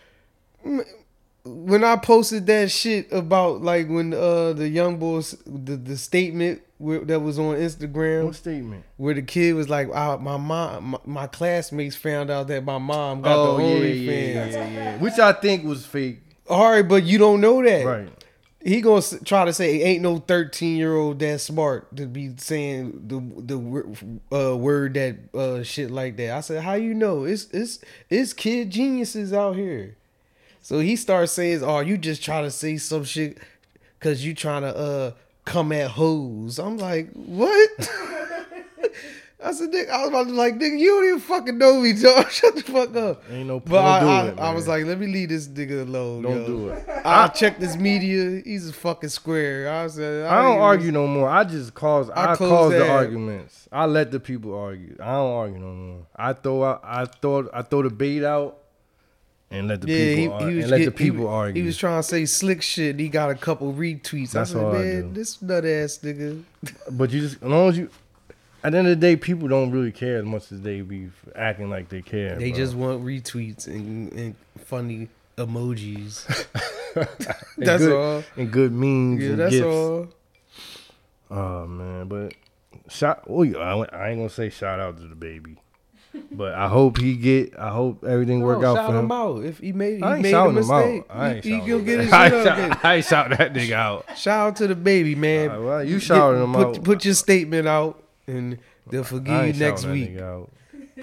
[SPEAKER 2] when I posted that shit about like when uh the young boys the, the statement where, that was on
[SPEAKER 1] One
[SPEAKER 2] Instagram
[SPEAKER 1] statement.
[SPEAKER 2] where the kid was like "Ah, my mom my, my classmates found out that my mom got
[SPEAKER 1] oh
[SPEAKER 2] the
[SPEAKER 1] yeah,
[SPEAKER 2] OnlyFans.
[SPEAKER 1] yeah, yeah, yeah, yeah. Which I think was fake.
[SPEAKER 2] All right, but you don't know that.
[SPEAKER 1] Right.
[SPEAKER 2] He gonna s- try to say ain't no thirteen year old that smart to be saying the the wor- uh, word that uh, shit like that. I said, how you know? It's it's it's kid geniuses out here. So he starts saying, oh, you just trying to say some shit because you trying to uh come at hoes. I'm like, what? I said, nigga, I was about to be like, nigga, you don't even fucking know me, dog. Shut the fuck up.
[SPEAKER 1] Ain't no-
[SPEAKER 2] But
[SPEAKER 1] don't
[SPEAKER 2] I,
[SPEAKER 1] do
[SPEAKER 2] I,
[SPEAKER 1] it,
[SPEAKER 2] I was
[SPEAKER 1] man.
[SPEAKER 2] like, let me leave this nigga alone.
[SPEAKER 1] Don't
[SPEAKER 2] yo.
[SPEAKER 1] do it.
[SPEAKER 2] I checked this media. He's a fucking square. I said,
[SPEAKER 1] I don't
[SPEAKER 2] even-
[SPEAKER 1] argue no more. I just cause I,
[SPEAKER 2] I close
[SPEAKER 1] cause the
[SPEAKER 2] that.
[SPEAKER 1] arguments. I let the people argue. I don't argue no more. I throw out I throw I throw the bait out and let the
[SPEAKER 2] Yeah, he,
[SPEAKER 1] people argue.
[SPEAKER 2] he was
[SPEAKER 1] and let the
[SPEAKER 2] get- he
[SPEAKER 1] people
[SPEAKER 2] was-
[SPEAKER 1] argue.
[SPEAKER 2] He was trying to say slick shit. And he got a couple retweets.
[SPEAKER 1] That's
[SPEAKER 2] I said,
[SPEAKER 1] all I
[SPEAKER 2] man,
[SPEAKER 1] do.
[SPEAKER 2] this nut ass nigga.
[SPEAKER 1] but you just as long as you at the end of the day, people don't really care as much as they be acting like they care.
[SPEAKER 2] They
[SPEAKER 1] bro.
[SPEAKER 2] just want retweets and, and funny emojis. that's
[SPEAKER 1] good,
[SPEAKER 2] all.
[SPEAKER 1] And good memes.
[SPEAKER 2] Yeah,
[SPEAKER 1] and
[SPEAKER 2] that's
[SPEAKER 1] gifs.
[SPEAKER 2] all.
[SPEAKER 1] Oh man, but shout. Oh, yeah, I, I ain't gonna say shout out to the baby. But I hope he get. I hope everything work
[SPEAKER 2] No,
[SPEAKER 1] out
[SPEAKER 2] shout
[SPEAKER 1] for
[SPEAKER 2] him
[SPEAKER 1] him.
[SPEAKER 2] out. If he made, he
[SPEAKER 1] I ain't
[SPEAKER 2] made a
[SPEAKER 1] shouting him
[SPEAKER 2] mistake.
[SPEAKER 1] out. I ain't
[SPEAKER 2] he, he
[SPEAKER 1] shouting
[SPEAKER 2] gonna get his
[SPEAKER 1] him out. I
[SPEAKER 2] shit up
[SPEAKER 1] ain't
[SPEAKER 2] again.
[SPEAKER 1] shout- I ain't shouting that nigga out.
[SPEAKER 2] Shout out to the baby, man.
[SPEAKER 1] All right, well, you
[SPEAKER 2] Get-
[SPEAKER 1] shouting him
[SPEAKER 2] put,
[SPEAKER 1] out.
[SPEAKER 2] Put your statement out, and they'll
[SPEAKER 1] I
[SPEAKER 2] forgive
[SPEAKER 1] ain't
[SPEAKER 2] you next
[SPEAKER 1] shouting that
[SPEAKER 2] week.
[SPEAKER 1] nigga out.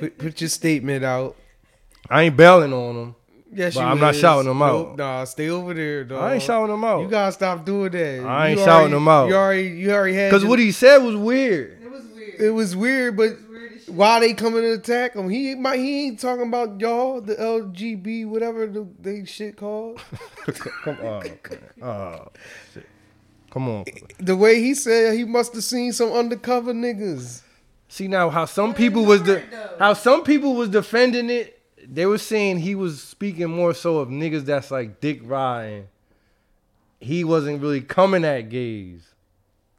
[SPEAKER 2] Put, put your statement out.
[SPEAKER 1] I ain't bailing on him.
[SPEAKER 2] Yes,
[SPEAKER 1] But
[SPEAKER 2] you
[SPEAKER 1] I'm not
[SPEAKER 2] is.
[SPEAKER 1] shouting him
[SPEAKER 2] Nope,
[SPEAKER 1] out.
[SPEAKER 2] Nah, stay over there, dog.
[SPEAKER 1] I ain't shouting him out.
[SPEAKER 2] You gotta stop doing that.
[SPEAKER 1] I ain't
[SPEAKER 2] You
[SPEAKER 1] shouting
[SPEAKER 2] already-
[SPEAKER 1] him out.
[SPEAKER 2] You already, you already had.
[SPEAKER 1] Cause
[SPEAKER 2] your-
[SPEAKER 1] what he said was weird.
[SPEAKER 3] It was weird.
[SPEAKER 2] It was weird, but
[SPEAKER 3] weird as shit.
[SPEAKER 2] why they coming to attack him? He might he ain't talking about y'all, the LGB, whatever the, they shit called.
[SPEAKER 1] Come on, oh, shit. come on.
[SPEAKER 2] the way he said, he must have seen some undercover niggas.
[SPEAKER 1] See now how some
[SPEAKER 3] But
[SPEAKER 1] people
[SPEAKER 3] it's
[SPEAKER 1] was the
[SPEAKER 3] hard, though.
[SPEAKER 1] how some people was defending it. They were saying he was speaking more so of niggas that's like dick riding. He wasn't really coming at gays.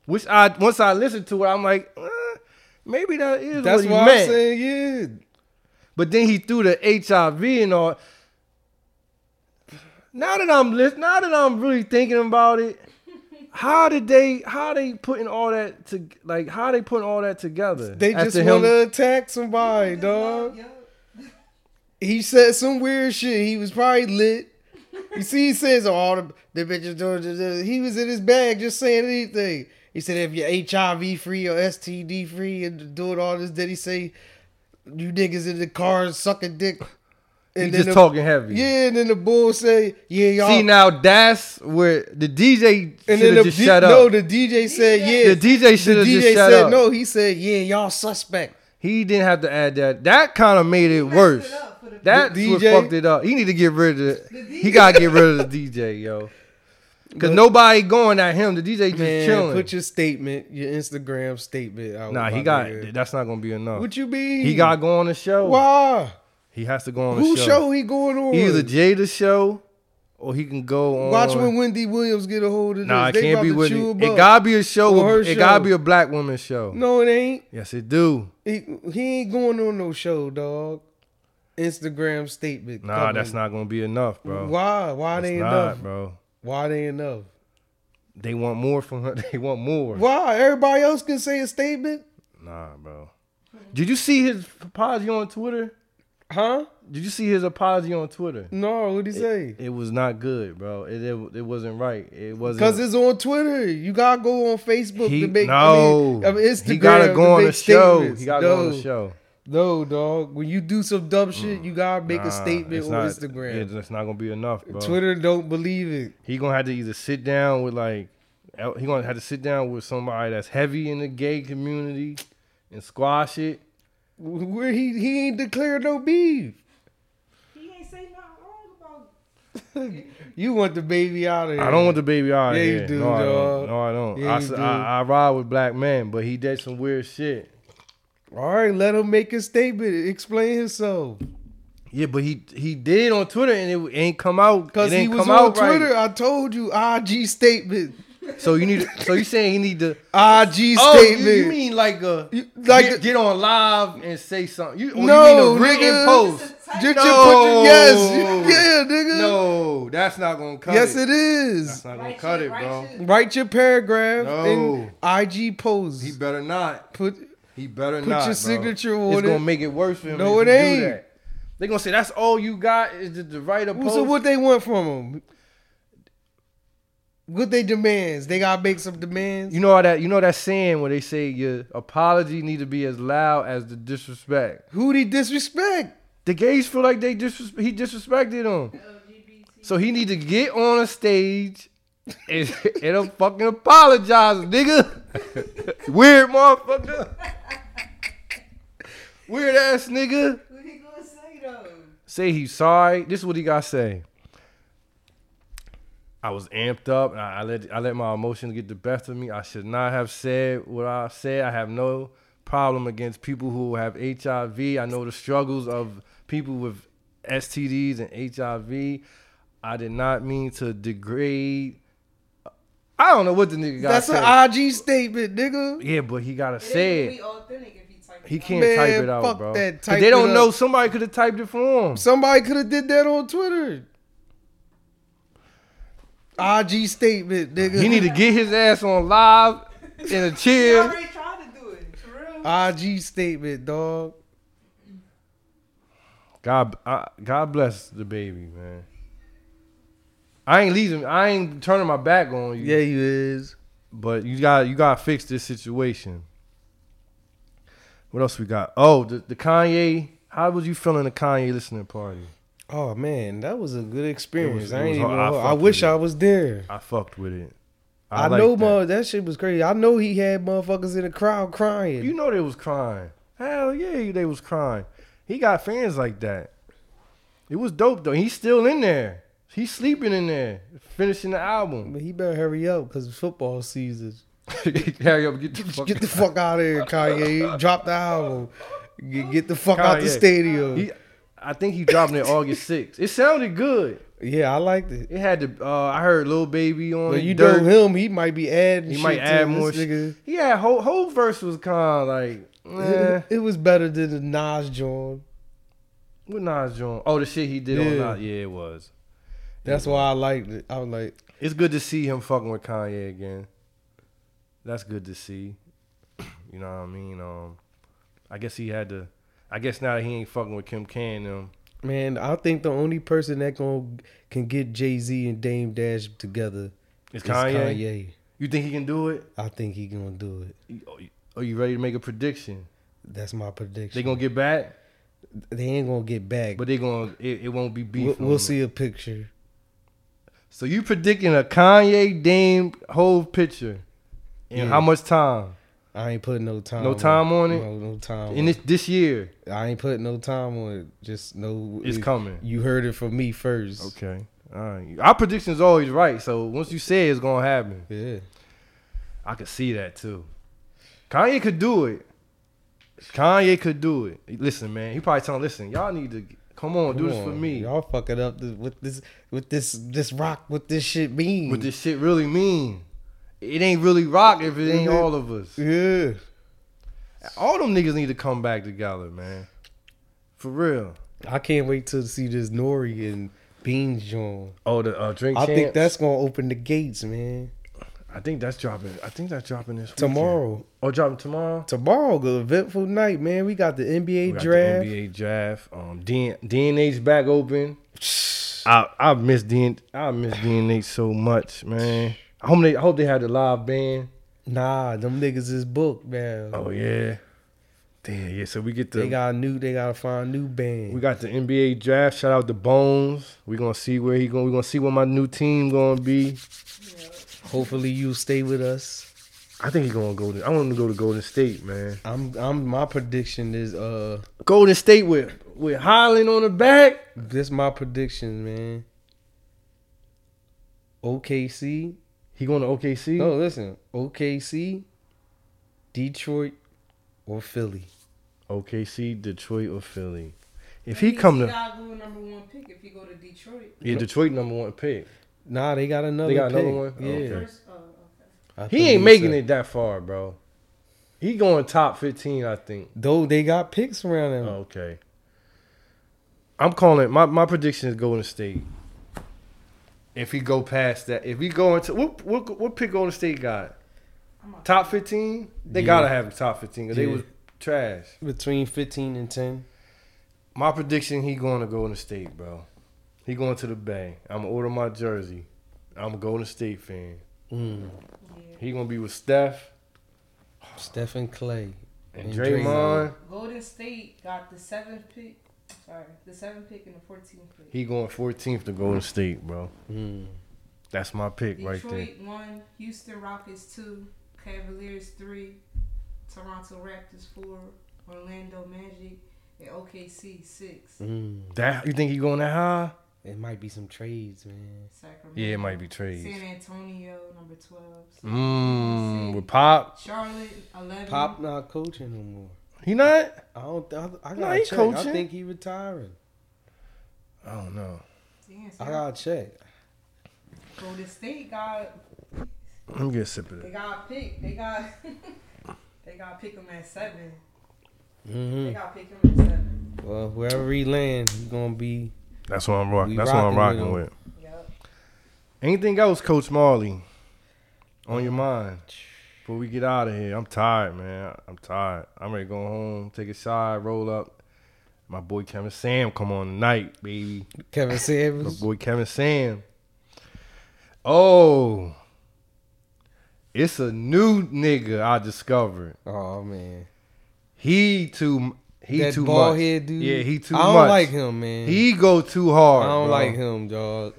[SPEAKER 1] Which I once I listened to it, I'm like, eh, maybe that is
[SPEAKER 2] That's
[SPEAKER 1] what he
[SPEAKER 2] why I'm
[SPEAKER 1] meant.
[SPEAKER 2] saying,
[SPEAKER 1] But then he threw the HIV and all. Now that I'm listening, now that I'm really thinking about it, how did they? How they putting all that to like? How they putting all that together?
[SPEAKER 2] yeah. They
[SPEAKER 1] After
[SPEAKER 2] just
[SPEAKER 1] him-
[SPEAKER 2] want to attack somebody,
[SPEAKER 3] Just
[SPEAKER 2] dog.
[SPEAKER 3] love, yo.
[SPEAKER 2] He said some weird shit. He was probably lit. You see, he says all the, the bitches doing this, this." He was in his bag just saying anything. He said if you're HIV free or STD free and doing all this, then he say you niggas in the car sucking dick.
[SPEAKER 1] He
[SPEAKER 2] And then
[SPEAKER 1] just
[SPEAKER 2] the-
[SPEAKER 1] talking heavy.
[SPEAKER 2] Yeah, and then the bull say, yeah, y'all.
[SPEAKER 1] See now that's where the DJ
[SPEAKER 2] and
[SPEAKER 1] should
[SPEAKER 2] then
[SPEAKER 1] have
[SPEAKER 2] the
[SPEAKER 1] just
[SPEAKER 2] D-
[SPEAKER 1] shut up.
[SPEAKER 2] no, the DJ said, yeah.
[SPEAKER 1] The DJ should have
[SPEAKER 2] The
[SPEAKER 1] just
[SPEAKER 2] DJ
[SPEAKER 1] shut
[SPEAKER 2] said
[SPEAKER 1] up.
[SPEAKER 2] no. He said, "Yeah, y'all suspect."
[SPEAKER 1] He didn't have to add that. That kind of made it worse.
[SPEAKER 3] it up for the-
[SPEAKER 1] That's
[SPEAKER 2] The
[SPEAKER 1] what
[SPEAKER 2] DJ?
[SPEAKER 1] fucked it up. He need to get rid of it.
[SPEAKER 3] The
[SPEAKER 1] He gotta get rid of the DJ, yo. Cause nobody going at him. The DJ just
[SPEAKER 2] Man,
[SPEAKER 1] chilling.
[SPEAKER 2] put your statement, your Instagram statement out.
[SPEAKER 1] nah,
[SPEAKER 2] my
[SPEAKER 1] he got.
[SPEAKER 2] nigga.
[SPEAKER 1] That's not gonna be enough.
[SPEAKER 2] What you mean?
[SPEAKER 1] he gotta go on the show.
[SPEAKER 2] Why?
[SPEAKER 1] He has to go on the
[SPEAKER 2] Who
[SPEAKER 1] show.
[SPEAKER 2] show he going on?
[SPEAKER 1] Either Jada's show, or he can go on.
[SPEAKER 2] Watch when Wendy Williams get a hold of
[SPEAKER 1] Nah, it
[SPEAKER 2] this. They
[SPEAKER 1] can't
[SPEAKER 2] about
[SPEAKER 1] be
[SPEAKER 2] to
[SPEAKER 1] with
[SPEAKER 2] chew
[SPEAKER 1] it.
[SPEAKER 2] him
[SPEAKER 1] It
[SPEAKER 2] up.
[SPEAKER 1] gotta be a show.
[SPEAKER 2] Or her
[SPEAKER 1] With, it gotta
[SPEAKER 2] show.
[SPEAKER 1] be a black woman show.
[SPEAKER 2] No, it ain't.
[SPEAKER 1] Yes, it do.
[SPEAKER 2] He, he ain't going on no show, dog. Instagram statement.
[SPEAKER 1] Nah, that's not gonna be enough, bro.
[SPEAKER 2] Why? Why
[SPEAKER 1] It's
[SPEAKER 2] they
[SPEAKER 1] not,
[SPEAKER 2] enough?
[SPEAKER 1] bro.
[SPEAKER 2] Why they enough?
[SPEAKER 1] They want more from her. They want more.
[SPEAKER 2] Why? Everybody else can say a statement,
[SPEAKER 1] Nah, bro. Did you see his apology on Twitter?
[SPEAKER 2] huh?
[SPEAKER 1] Did you see his apology on Twitter?
[SPEAKER 2] No, what would he say?
[SPEAKER 1] It was not good, bro. It it, it wasn't right. It wasn't.
[SPEAKER 2] Because it's on Twitter. You gotta go on Facebook
[SPEAKER 1] he,
[SPEAKER 2] to make
[SPEAKER 1] no.
[SPEAKER 2] I mean, I mean, Instagram.
[SPEAKER 1] he gotta
[SPEAKER 2] to
[SPEAKER 1] go on
[SPEAKER 2] make
[SPEAKER 1] the show.
[SPEAKER 2] statements.
[SPEAKER 1] He gotta
[SPEAKER 2] no,
[SPEAKER 1] go on the show. Mm.
[SPEAKER 2] No, dog. When you do some dumb shit, you gotta make
[SPEAKER 1] Nah,
[SPEAKER 2] a statement
[SPEAKER 1] it's
[SPEAKER 2] on
[SPEAKER 1] not-
[SPEAKER 2] Instagram.
[SPEAKER 1] It's, it's not gonna be enough, bro.
[SPEAKER 2] Twitter don't believe it.
[SPEAKER 1] He gonna have to either sit down with like, el- he gonna have to sit down with somebody that's heavy in the gay community, and squash it.
[SPEAKER 2] Where he he ain't declared no beef.
[SPEAKER 3] He ain't say nothing wrong about
[SPEAKER 2] You want the baby out of here.
[SPEAKER 1] I don't want the baby out of
[SPEAKER 2] Yeah, you
[SPEAKER 1] here.
[SPEAKER 2] do,
[SPEAKER 1] no, I don't.
[SPEAKER 2] dog.
[SPEAKER 1] No, I don't.
[SPEAKER 2] Yeah,
[SPEAKER 1] I,
[SPEAKER 2] you
[SPEAKER 1] s-
[SPEAKER 2] do.
[SPEAKER 1] I- I ride with black men, but he did some weird shit.
[SPEAKER 2] All right, let him make a statement. Explain himself.
[SPEAKER 1] Yeah, but he he did on Twitter and it ain't come out.
[SPEAKER 2] Cause
[SPEAKER 1] it
[SPEAKER 2] he
[SPEAKER 1] ain't
[SPEAKER 2] was
[SPEAKER 1] come
[SPEAKER 2] on
[SPEAKER 1] out
[SPEAKER 2] Twitter.
[SPEAKER 1] Right.
[SPEAKER 2] I told you, IG statement,
[SPEAKER 1] So you need. So you saying he need to?
[SPEAKER 2] IG
[SPEAKER 1] Oh, you,
[SPEAKER 2] statement.
[SPEAKER 1] you mean like a
[SPEAKER 2] You-
[SPEAKER 1] like
[SPEAKER 2] like
[SPEAKER 1] get,
[SPEAKER 2] the-
[SPEAKER 1] get on live and say something? You, or
[SPEAKER 2] No,
[SPEAKER 1] you mean a written
[SPEAKER 2] nigga.
[SPEAKER 1] post?
[SPEAKER 2] Just your
[SPEAKER 1] No.
[SPEAKER 2] picture- yes, yeah, nigga.
[SPEAKER 1] No, that's not gonna cut
[SPEAKER 2] yes,
[SPEAKER 1] it.
[SPEAKER 2] it is.
[SPEAKER 1] That's not gonna
[SPEAKER 3] right
[SPEAKER 1] cut
[SPEAKER 3] shit,
[SPEAKER 1] it,
[SPEAKER 3] right
[SPEAKER 1] bro.
[SPEAKER 3] shit.
[SPEAKER 2] Write your paragraph
[SPEAKER 1] No.
[SPEAKER 2] and IG post.
[SPEAKER 1] He better not.
[SPEAKER 2] Put
[SPEAKER 1] He better
[SPEAKER 2] Put
[SPEAKER 1] not.
[SPEAKER 2] your
[SPEAKER 1] bro.
[SPEAKER 2] signature
[SPEAKER 1] It's
[SPEAKER 2] on it.
[SPEAKER 1] gonna make it worse for him.
[SPEAKER 2] No,
[SPEAKER 1] if
[SPEAKER 2] it
[SPEAKER 1] you
[SPEAKER 2] ain't.
[SPEAKER 1] Do that. They gonna say that's all you got is the, the right of post.
[SPEAKER 2] so what they want from him? What they demands? They gotta make some demands.
[SPEAKER 1] you know how that you know that saying where they say your apology need to be as loud as the disrespect.
[SPEAKER 2] Who they disrespect?
[SPEAKER 1] The gays feel like they disres- he disrespected them,
[SPEAKER 3] LGBT.
[SPEAKER 1] so he need to get on a stage and, and fucking apologize, nigga. Weird motherfucker. Weird ass nigga.
[SPEAKER 3] What he gonna say though?
[SPEAKER 1] say he's sorry. This is what he got to say. I was amped up and I, I let I let my emotions get the best of me. I should not have said what I said. I have no problem against people who have HIV. I know the struggles of people with STDs and HIV. I did not mean to degrade. I don't know what the nigga got.
[SPEAKER 2] That's
[SPEAKER 1] say.
[SPEAKER 2] an IG statement, nigga.
[SPEAKER 1] yeah, but he gotta
[SPEAKER 3] It
[SPEAKER 1] say
[SPEAKER 3] ain't
[SPEAKER 1] it.
[SPEAKER 3] gonna be authentic if he type
[SPEAKER 1] He
[SPEAKER 3] it out.
[SPEAKER 1] can't
[SPEAKER 2] Man,
[SPEAKER 1] type it out,
[SPEAKER 2] fuck
[SPEAKER 1] bro.
[SPEAKER 2] that.
[SPEAKER 1] 'Cause
[SPEAKER 2] Type
[SPEAKER 1] they
[SPEAKER 2] it
[SPEAKER 1] don't know.
[SPEAKER 2] up.
[SPEAKER 1] Somebody could have typed it for him.
[SPEAKER 2] Somebody could have did that on Twitter. IG statement, nigga.
[SPEAKER 1] He need to get his ass on live in a
[SPEAKER 3] He
[SPEAKER 1] chair.
[SPEAKER 3] already tried to do it. For real.
[SPEAKER 2] IG statement, dog.
[SPEAKER 1] God, I, God bless the baby, man. I ain't leaving. I ain't turning my back on you.
[SPEAKER 2] Yeah, you is.
[SPEAKER 1] But you got you got to fix this situation. What else we got? Oh, the, the Kanye. How was you feeling the Kanye listening party?
[SPEAKER 2] Oh man, that was a good experience.
[SPEAKER 1] was- it
[SPEAKER 2] I
[SPEAKER 1] was
[SPEAKER 2] ain't
[SPEAKER 1] hard.
[SPEAKER 2] even.
[SPEAKER 1] I
[SPEAKER 2] I,
[SPEAKER 1] fucked
[SPEAKER 2] wish
[SPEAKER 1] with it.
[SPEAKER 2] I was there.
[SPEAKER 1] I fucked with it.
[SPEAKER 2] I,
[SPEAKER 1] liked
[SPEAKER 2] know,
[SPEAKER 1] that.
[SPEAKER 2] that. that shit was crazy. I know he had motherfuckers in the crowd crying.
[SPEAKER 1] You know they was crying. Hell yeah, they was crying. He got fans like that. It was dope though. He's still in there. He's sleeping in there, finishing the album.
[SPEAKER 2] but he better hurry up because football season.
[SPEAKER 1] Hurry up, get the fuck.
[SPEAKER 2] Get the fuck out of here, Kanye. Drop the album. Get, get the fuck out the
[SPEAKER 1] Kanye.
[SPEAKER 2] stadium.
[SPEAKER 1] He, I think he dropped it August 6th. It sounded good.
[SPEAKER 2] yeah, I liked it.
[SPEAKER 1] It had the. Uh, I heard Lil Baby on.
[SPEAKER 2] But
[SPEAKER 1] it,
[SPEAKER 2] you
[SPEAKER 1] Dirt.
[SPEAKER 2] know him, he might be adding.
[SPEAKER 1] He
[SPEAKER 2] shit
[SPEAKER 1] might
[SPEAKER 2] to
[SPEAKER 1] add
[SPEAKER 2] this
[SPEAKER 1] more. Shit.
[SPEAKER 2] nigga.
[SPEAKER 1] Yeah, whole whole verse was kind of like. Eh.
[SPEAKER 2] It, it was better than the Nas joint.
[SPEAKER 1] What Nas joint? Oh, the shit he did
[SPEAKER 2] Yeah.
[SPEAKER 1] on Nas. Yeah, it was.
[SPEAKER 2] That's why I liked it. I was like,
[SPEAKER 1] It's good to see him fucking with Kanye again. That's good to see. You know what I mean? Um, I guess he had to. I guess now that he ain't fucking with Kim K and them.
[SPEAKER 2] man, I think the only person that gon' can get Jay Z and Dame Dash together
[SPEAKER 1] It's
[SPEAKER 2] is
[SPEAKER 1] Kanye.
[SPEAKER 2] Kanye.
[SPEAKER 1] You think he can do it?
[SPEAKER 2] I think he gonna do it.
[SPEAKER 1] You- are you- Are you ready to make a prediction?
[SPEAKER 2] That's my prediction.
[SPEAKER 1] They gonna get back,
[SPEAKER 2] they ain't gonna get back.
[SPEAKER 1] but
[SPEAKER 2] But
[SPEAKER 1] they gonna it, it won't be
[SPEAKER 2] we'll,
[SPEAKER 1] beef.
[SPEAKER 2] we'll see a picture.
[SPEAKER 1] So you predicting a Kanye Dame whole picture? In
[SPEAKER 2] Yeah.
[SPEAKER 1] how much time?
[SPEAKER 2] I ain't putting no time.
[SPEAKER 1] No time on it?
[SPEAKER 2] No, no time.
[SPEAKER 1] In
[SPEAKER 2] on
[SPEAKER 1] this this year?
[SPEAKER 2] it. I ain't putting no time on it. Just no.
[SPEAKER 1] It's
[SPEAKER 2] it-
[SPEAKER 1] coming.
[SPEAKER 2] You heard it from me first.
[SPEAKER 1] Okay. All right. Our prediction's always right. So once you say it, it's gonna happen.
[SPEAKER 2] Yeah.
[SPEAKER 1] I could see that too. Kanye could do it. Kanye could do it. Listen, man, he probably telling, listen, y'all need to come on, do
[SPEAKER 2] Come
[SPEAKER 1] this for
[SPEAKER 2] on,
[SPEAKER 1] me.
[SPEAKER 2] Y'all fucking up this, with this with this this rock what this shit mean.
[SPEAKER 1] What this shit really mean? It ain't really rock if it ain't
[SPEAKER 2] Mhm.
[SPEAKER 1] all of us.
[SPEAKER 2] Yeah.
[SPEAKER 1] All them niggas need to come back together, man. For real.
[SPEAKER 2] I can't wait to see this Nori and Beans joint.
[SPEAKER 1] Oh, the uh, drink.
[SPEAKER 2] I think
[SPEAKER 1] Champs?
[SPEAKER 2] that's gonna open the gates, man.
[SPEAKER 1] I think that's dropping. I think that's dropping this weekend.
[SPEAKER 2] Tomorrow.
[SPEAKER 1] Oh, dropping tomorrow.
[SPEAKER 2] Tomorrow, good eventful night, man. We got the NBA
[SPEAKER 1] We got the
[SPEAKER 2] draft.
[SPEAKER 1] NBA draft. Um, DN- DNA's back open. I I miss DN I miss DNA so much, man. I hope they I hope they had the live band.
[SPEAKER 2] Nah, them niggas is booked, man.
[SPEAKER 1] Oh yeah, damn yeah. So we get
[SPEAKER 2] They
[SPEAKER 1] the
[SPEAKER 2] got a new. They gotta find a new band.
[SPEAKER 1] we got the NBA draft. Shout out to Bones. We gonna see where he going. We gonna see what my new team gonna be.
[SPEAKER 2] Hopefully, you stay with us.
[SPEAKER 1] I think he gonna go. To, I want him to go to Golden State, man.
[SPEAKER 2] I'm. I'm. My prediction is. Uh,
[SPEAKER 1] Golden State with with Highland on the back.
[SPEAKER 2] this my prediction, man. OKC.
[SPEAKER 1] He going to OKC.
[SPEAKER 2] No, listen. OKC, Detroit, or Philly.
[SPEAKER 1] OKC, Detroit, or Philly. If he come to
[SPEAKER 3] Chicago number one pick if he go to Detroit.
[SPEAKER 1] yeah, Detroit number one pick.
[SPEAKER 2] Nah, they got another.
[SPEAKER 1] They got another
[SPEAKER 2] pick.
[SPEAKER 1] one? Oh,
[SPEAKER 2] Yeah.
[SPEAKER 1] okay.
[SPEAKER 3] First, oh, okay.
[SPEAKER 2] I
[SPEAKER 1] He
[SPEAKER 2] believe
[SPEAKER 1] ain't making
[SPEAKER 2] so.
[SPEAKER 1] it that far, bro. He going top fifteen, I think.
[SPEAKER 2] Though they got picks around them.
[SPEAKER 1] Oh, Okay. I'm calling my my prediction is Golden State. If he go past that, if he go into what what what pick Golden State got?
[SPEAKER 3] I'm not-
[SPEAKER 1] Top fifteen? They
[SPEAKER 2] Yeah.
[SPEAKER 1] gotta have the top fifteen because they
[SPEAKER 2] Yeah.
[SPEAKER 1] was trash.
[SPEAKER 2] Between fifteen and ten.
[SPEAKER 1] My prediction: He going to Golden State, bro. He going to the Bay. I'm gonna order my jersey. I'm a Golden State fan.
[SPEAKER 2] Mm.
[SPEAKER 3] Yeah.
[SPEAKER 1] He gonna be with Steph
[SPEAKER 2] Stephen Clay.
[SPEAKER 1] and,
[SPEAKER 2] And
[SPEAKER 1] Draymond.
[SPEAKER 2] Draymond.
[SPEAKER 3] Golden State got the seventh pick. Sorry, the seventh pick and the fourteenth pick.
[SPEAKER 1] He going 14th to Golden State, bro.
[SPEAKER 2] Mm.
[SPEAKER 1] That's my pick
[SPEAKER 3] Detroit
[SPEAKER 1] right there.
[SPEAKER 3] one, Houston Rockets two, Cavaliers three, Toronto Raptors four, Orlando Magic, and OKC six.
[SPEAKER 2] Mm.
[SPEAKER 1] That you think he going that high?
[SPEAKER 2] It might be some trades, man.
[SPEAKER 3] Sacramento.
[SPEAKER 1] Yeah, it might be trades.
[SPEAKER 3] San Antonio number twelve.
[SPEAKER 1] Mmm, with Pop.
[SPEAKER 3] Charlotte
[SPEAKER 1] Mm.
[SPEAKER 3] eleven.
[SPEAKER 2] Pop not coaching no more.
[SPEAKER 1] He not?
[SPEAKER 2] I don't. I, I gotta
[SPEAKER 1] No, he
[SPEAKER 2] check.
[SPEAKER 1] coaching.
[SPEAKER 2] I think he retiring.
[SPEAKER 1] I don't know.
[SPEAKER 3] Damn, so
[SPEAKER 2] I gotta check.
[SPEAKER 3] Golden State got
[SPEAKER 1] Let me get a sip of
[SPEAKER 3] they
[SPEAKER 1] it.
[SPEAKER 3] got pick. They got they got pick them at seven. They
[SPEAKER 2] Mm-hmm.
[SPEAKER 3] got pick them at seven.
[SPEAKER 2] Well, wherever he land, he gonna be.
[SPEAKER 1] That's what I'm rocking.
[SPEAKER 2] We
[SPEAKER 1] That's what I'm
[SPEAKER 2] rocking
[SPEAKER 1] rocking
[SPEAKER 2] with
[SPEAKER 1] with.
[SPEAKER 3] Yep.
[SPEAKER 1] Anything else, Coach Marley? On your mind? Before we get out of here. I'm tired, man. I'm tired. I'm ready to go home, take a shot, roll up. My boy Kevin Sam come on tonight, baby.
[SPEAKER 2] Kevin
[SPEAKER 1] My
[SPEAKER 2] Samuels.
[SPEAKER 1] boy Kevin Sam. Oh, it's a new nigga I discovered.
[SPEAKER 2] Oh man,
[SPEAKER 1] He too. He
[SPEAKER 2] that
[SPEAKER 1] too
[SPEAKER 2] bald
[SPEAKER 1] much.
[SPEAKER 2] head dude.
[SPEAKER 1] Yeah, he too
[SPEAKER 2] I don't
[SPEAKER 1] much.
[SPEAKER 2] like him, man.
[SPEAKER 1] He go too hard.
[SPEAKER 2] I don't
[SPEAKER 1] bro.
[SPEAKER 2] like him, dog.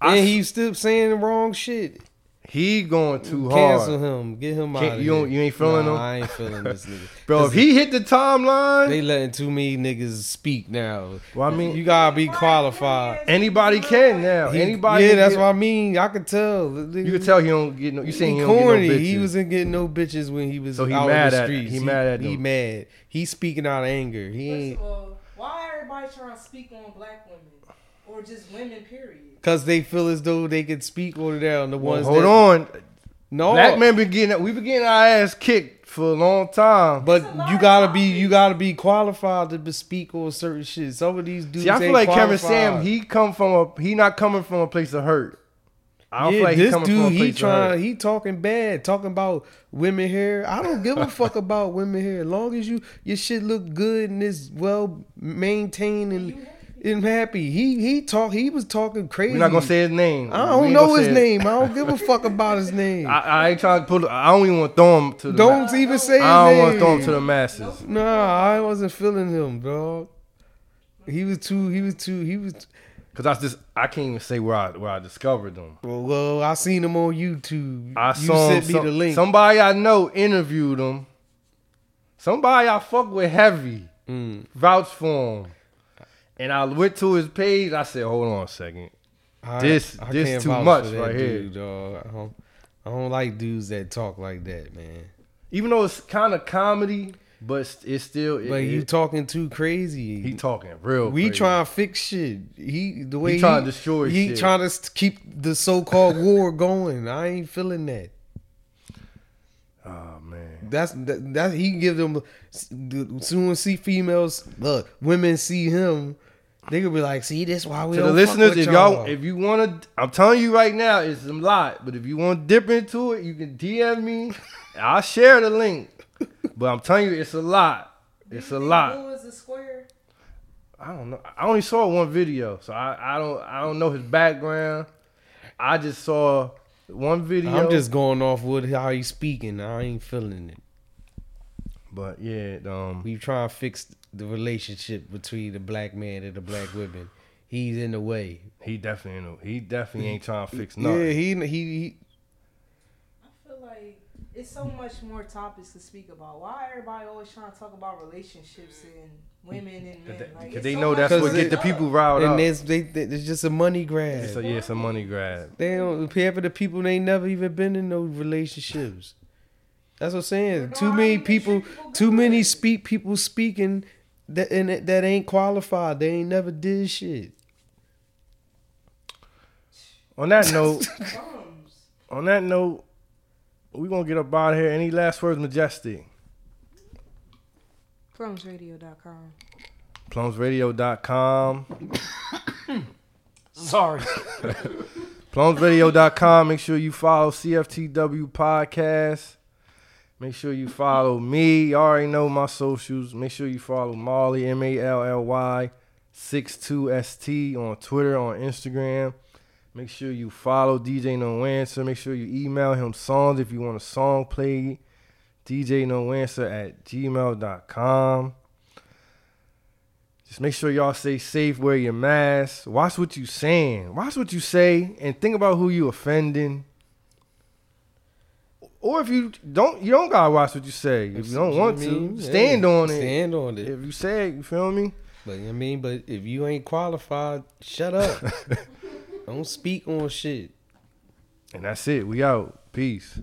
[SPEAKER 1] I
[SPEAKER 2] And
[SPEAKER 1] s-
[SPEAKER 2] he still saying the wrong shit.
[SPEAKER 1] He going too
[SPEAKER 2] Cancel
[SPEAKER 1] hard,
[SPEAKER 2] him. Get him
[SPEAKER 1] Can't-
[SPEAKER 2] out.
[SPEAKER 1] you don't- you ain't feeling him?
[SPEAKER 2] I ain't feeling this nigga,
[SPEAKER 1] bro. If he hit the timeline,
[SPEAKER 2] They letting too many niggas speak now.
[SPEAKER 1] Well, I mean-
[SPEAKER 2] you gotta be qualified.
[SPEAKER 1] anybody can now.
[SPEAKER 2] He-
[SPEAKER 1] anybody.
[SPEAKER 2] Yeah,
[SPEAKER 1] can
[SPEAKER 2] that's
[SPEAKER 1] get-
[SPEAKER 2] what I mean. I could tell. The nigga-
[SPEAKER 1] You can tell he don't get no. You saying he,
[SPEAKER 2] he
[SPEAKER 1] don't get no
[SPEAKER 2] corny.
[SPEAKER 1] bitches.
[SPEAKER 2] he wasn't getting no bitches when he was
[SPEAKER 1] So he
[SPEAKER 2] out
[SPEAKER 1] mad
[SPEAKER 2] in the
[SPEAKER 1] at-
[SPEAKER 2] streets.
[SPEAKER 1] he mad at
[SPEAKER 2] He
[SPEAKER 1] them.
[SPEAKER 2] mad. He speaking out of anger. He
[SPEAKER 3] First
[SPEAKER 2] ain't
[SPEAKER 3] of all, why everybody trying to speak on black women or just women? Period.
[SPEAKER 2] because they feel as though they could speak on down the
[SPEAKER 1] Well,
[SPEAKER 2] ones.
[SPEAKER 1] hold
[SPEAKER 2] that, Oh.
[SPEAKER 1] on,
[SPEAKER 2] no
[SPEAKER 1] black men been getting we been getting our ass kicked for a long time.
[SPEAKER 2] But
[SPEAKER 3] It's a lot
[SPEAKER 2] you
[SPEAKER 3] of
[SPEAKER 2] gotta be you
[SPEAKER 3] topics.
[SPEAKER 2] gotta be qualified to be- speak on certain shit. Some of these dudes.
[SPEAKER 1] See, I feel
[SPEAKER 2] ain't
[SPEAKER 1] like Kevin
[SPEAKER 2] qualified.
[SPEAKER 1] Sam, he come from a he not coming from a place of hurt. I don't
[SPEAKER 2] yeah,
[SPEAKER 1] feel like he
[SPEAKER 2] this
[SPEAKER 1] coming
[SPEAKER 2] dude,
[SPEAKER 1] from a
[SPEAKER 2] he
[SPEAKER 1] place of
[SPEAKER 2] trying,
[SPEAKER 1] hurt.
[SPEAKER 2] he talking bad, talking about women hair. I don't give a fuck about women hair. As long as you your shit look good and is well maintained and and happy. He he talk, he was talking crazy.
[SPEAKER 1] We're not gonna say his name.
[SPEAKER 2] I
[SPEAKER 1] We
[SPEAKER 2] don't
[SPEAKER 1] ain't
[SPEAKER 2] know
[SPEAKER 1] gonna
[SPEAKER 2] his
[SPEAKER 1] say it.
[SPEAKER 2] name. I don't give a fuck about his name.
[SPEAKER 1] I, I ain't trying to put. I don't even want to throw him to the.
[SPEAKER 2] don't
[SPEAKER 1] ma-
[SPEAKER 2] even say his
[SPEAKER 1] I don't
[SPEAKER 2] name.
[SPEAKER 1] want to throw him to the masses.
[SPEAKER 2] Nah, I wasn't feeling him, dog. He was too. He was too. He was.
[SPEAKER 1] Cause I just I can't even say where I where I discovered them.
[SPEAKER 2] Well, well, I seen him on YouTube.
[SPEAKER 1] I
[SPEAKER 2] you
[SPEAKER 1] saw him,
[SPEAKER 2] sent me
[SPEAKER 1] some-
[SPEAKER 2] the link.
[SPEAKER 1] Somebody I know interviewed him. Somebody I fuck with heavy
[SPEAKER 2] Mm.
[SPEAKER 1] vouched for him, and I went to his page. I said, "Hold on a second.
[SPEAKER 2] I-
[SPEAKER 1] this-
[SPEAKER 2] I
[SPEAKER 1] this
[SPEAKER 2] can't
[SPEAKER 1] too
[SPEAKER 2] vouch for
[SPEAKER 1] much
[SPEAKER 2] that
[SPEAKER 1] right here.
[SPEAKER 2] dude, dog. I don't, I don't like dudes that talk like that, man.
[SPEAKER 1] Even though it's kind of comedy, but it's- it's still it,
[SPEAKER 2] But you
[SPEAKER 1] it-
[SPEAKER 2] talking too crazy.
[SPEAKER 1] he talking real.
[SPEAKER 2] we
[SPEAKER 1] crazy.
[SPEAKER 2] trying to fix shit. He the way
[SPEAKER 1] trying to destroy
[SPEAKER 2] He
[SPEAKER 1] shit.
[SPEAKER 2] trying to s- keep the so called war going. I ain't feeling that.
[SPEAKER 1] Oh man,
[SPEAKER 2] That's that, that he can give them soon as see females look women see him, they could be like, see this why we
[SPEAKER 1] to the
[SPEAKER 2] don't
[SPEAKER 1] listeners,
[SPEAKER 2] fuck
[SPEAKER 1] if
[SPEAKER 2] with
[SPEAKER 1] y'all, if you want to, I'm telling you right now, it's a lot. But if you want to dip into it, you can DM me. and I'll share the link. But I'm telling you, it's a lot.
[SPEAKER 3] Do
[SPEAKER 1] It's
[SPEAKER 3] you
[SPEAKER 1] a
[SPEAKER 3] think
[SPEAKER 1] lot.
[SPEAKER 3] Blue is a square.
[SPEAKER 1] I don't know. I only saw one video, so I, I don't I don't know his background. I just saw one video.
[SPEAKER 2] I'm just going off with how he's speaking. I ain't feeling it.
[SPEAKER 1] but yeah, um,
[SPEAKER 2] We trying to fix the relationship between the black man and the black women. He's in the way.
[SPEAKER 1] he definitely ain't- he definitely ain't trying to fix nothing.
[SPEAKER 2] Yeah, he he. he
[SPEAKER 3] I feel like it's so much more topics to speak about. Why everybody always trying to talk about relationships and women and men? Like,
[SPEAKER 1] Cause
[SPEAKER 3] it's
[SPEAKER 1] they
[SPEAKER 3] so
[SPEAKER 1] know
[SPEAKER 3] much
[SPEAKER 1] that's
[SPEAKER 3] to
[SPEAKER 1] what
[SPEAKER 2] they-
[SPEAKER 1] get the
[SPEAKER 3] up.
[SPEAKER 1] people riled
[SPEAKER 2] and
[SPEAKER 1] up.
[SPEAKER 2] it's, they, they, it's just a money grab.
[SPEAKER 1] It's a, yeah, it's a money grab.
[SPEAKER 2] they don't half of the people they never even been in no relationships. That's what I'm saying. Too many people, too many speak people speaking that and that- that ain't qualified. They ain't never did shit.
[SPEAKER 1] On that note,
[SPEAKER 3] Bums.
[SPEAKER 1] on that note, we gonna get up out of here. Any last words, Majestic?
[SPEAKER 3] Plumsradio.com.
[SPEAKER 1] PlumsRadio.com.
[SPEAKER 2] Sorry.
[SPEAKER 1] PlumsRadio.com. Make sure you follow CFTW Podcast. Make sure you follow me. You already know my socials. Make sure you follow Molly, M A L L Y, 62ST on Twitter, on Instagram. Make sure you follow DJ No Answer. Make sure you email him songs if you want a song played. DJ No Answer at gmail.com. Just make sure y'all stay safe, wear your mask, watch what you saying, watch what you say, and think about who you offending. Or if you don't, you don't gotta watch what you say. If you don't want to, stand on it.
[SPEAKER 2] Stand on it.
[SPEAKER 1] If you say it, you feel me?
[SPEAKER 2] But I mean, but if you ain't qualified, shut up. Don't speak on shit.
[SPEAKER 1] And that's it. We out. Peace.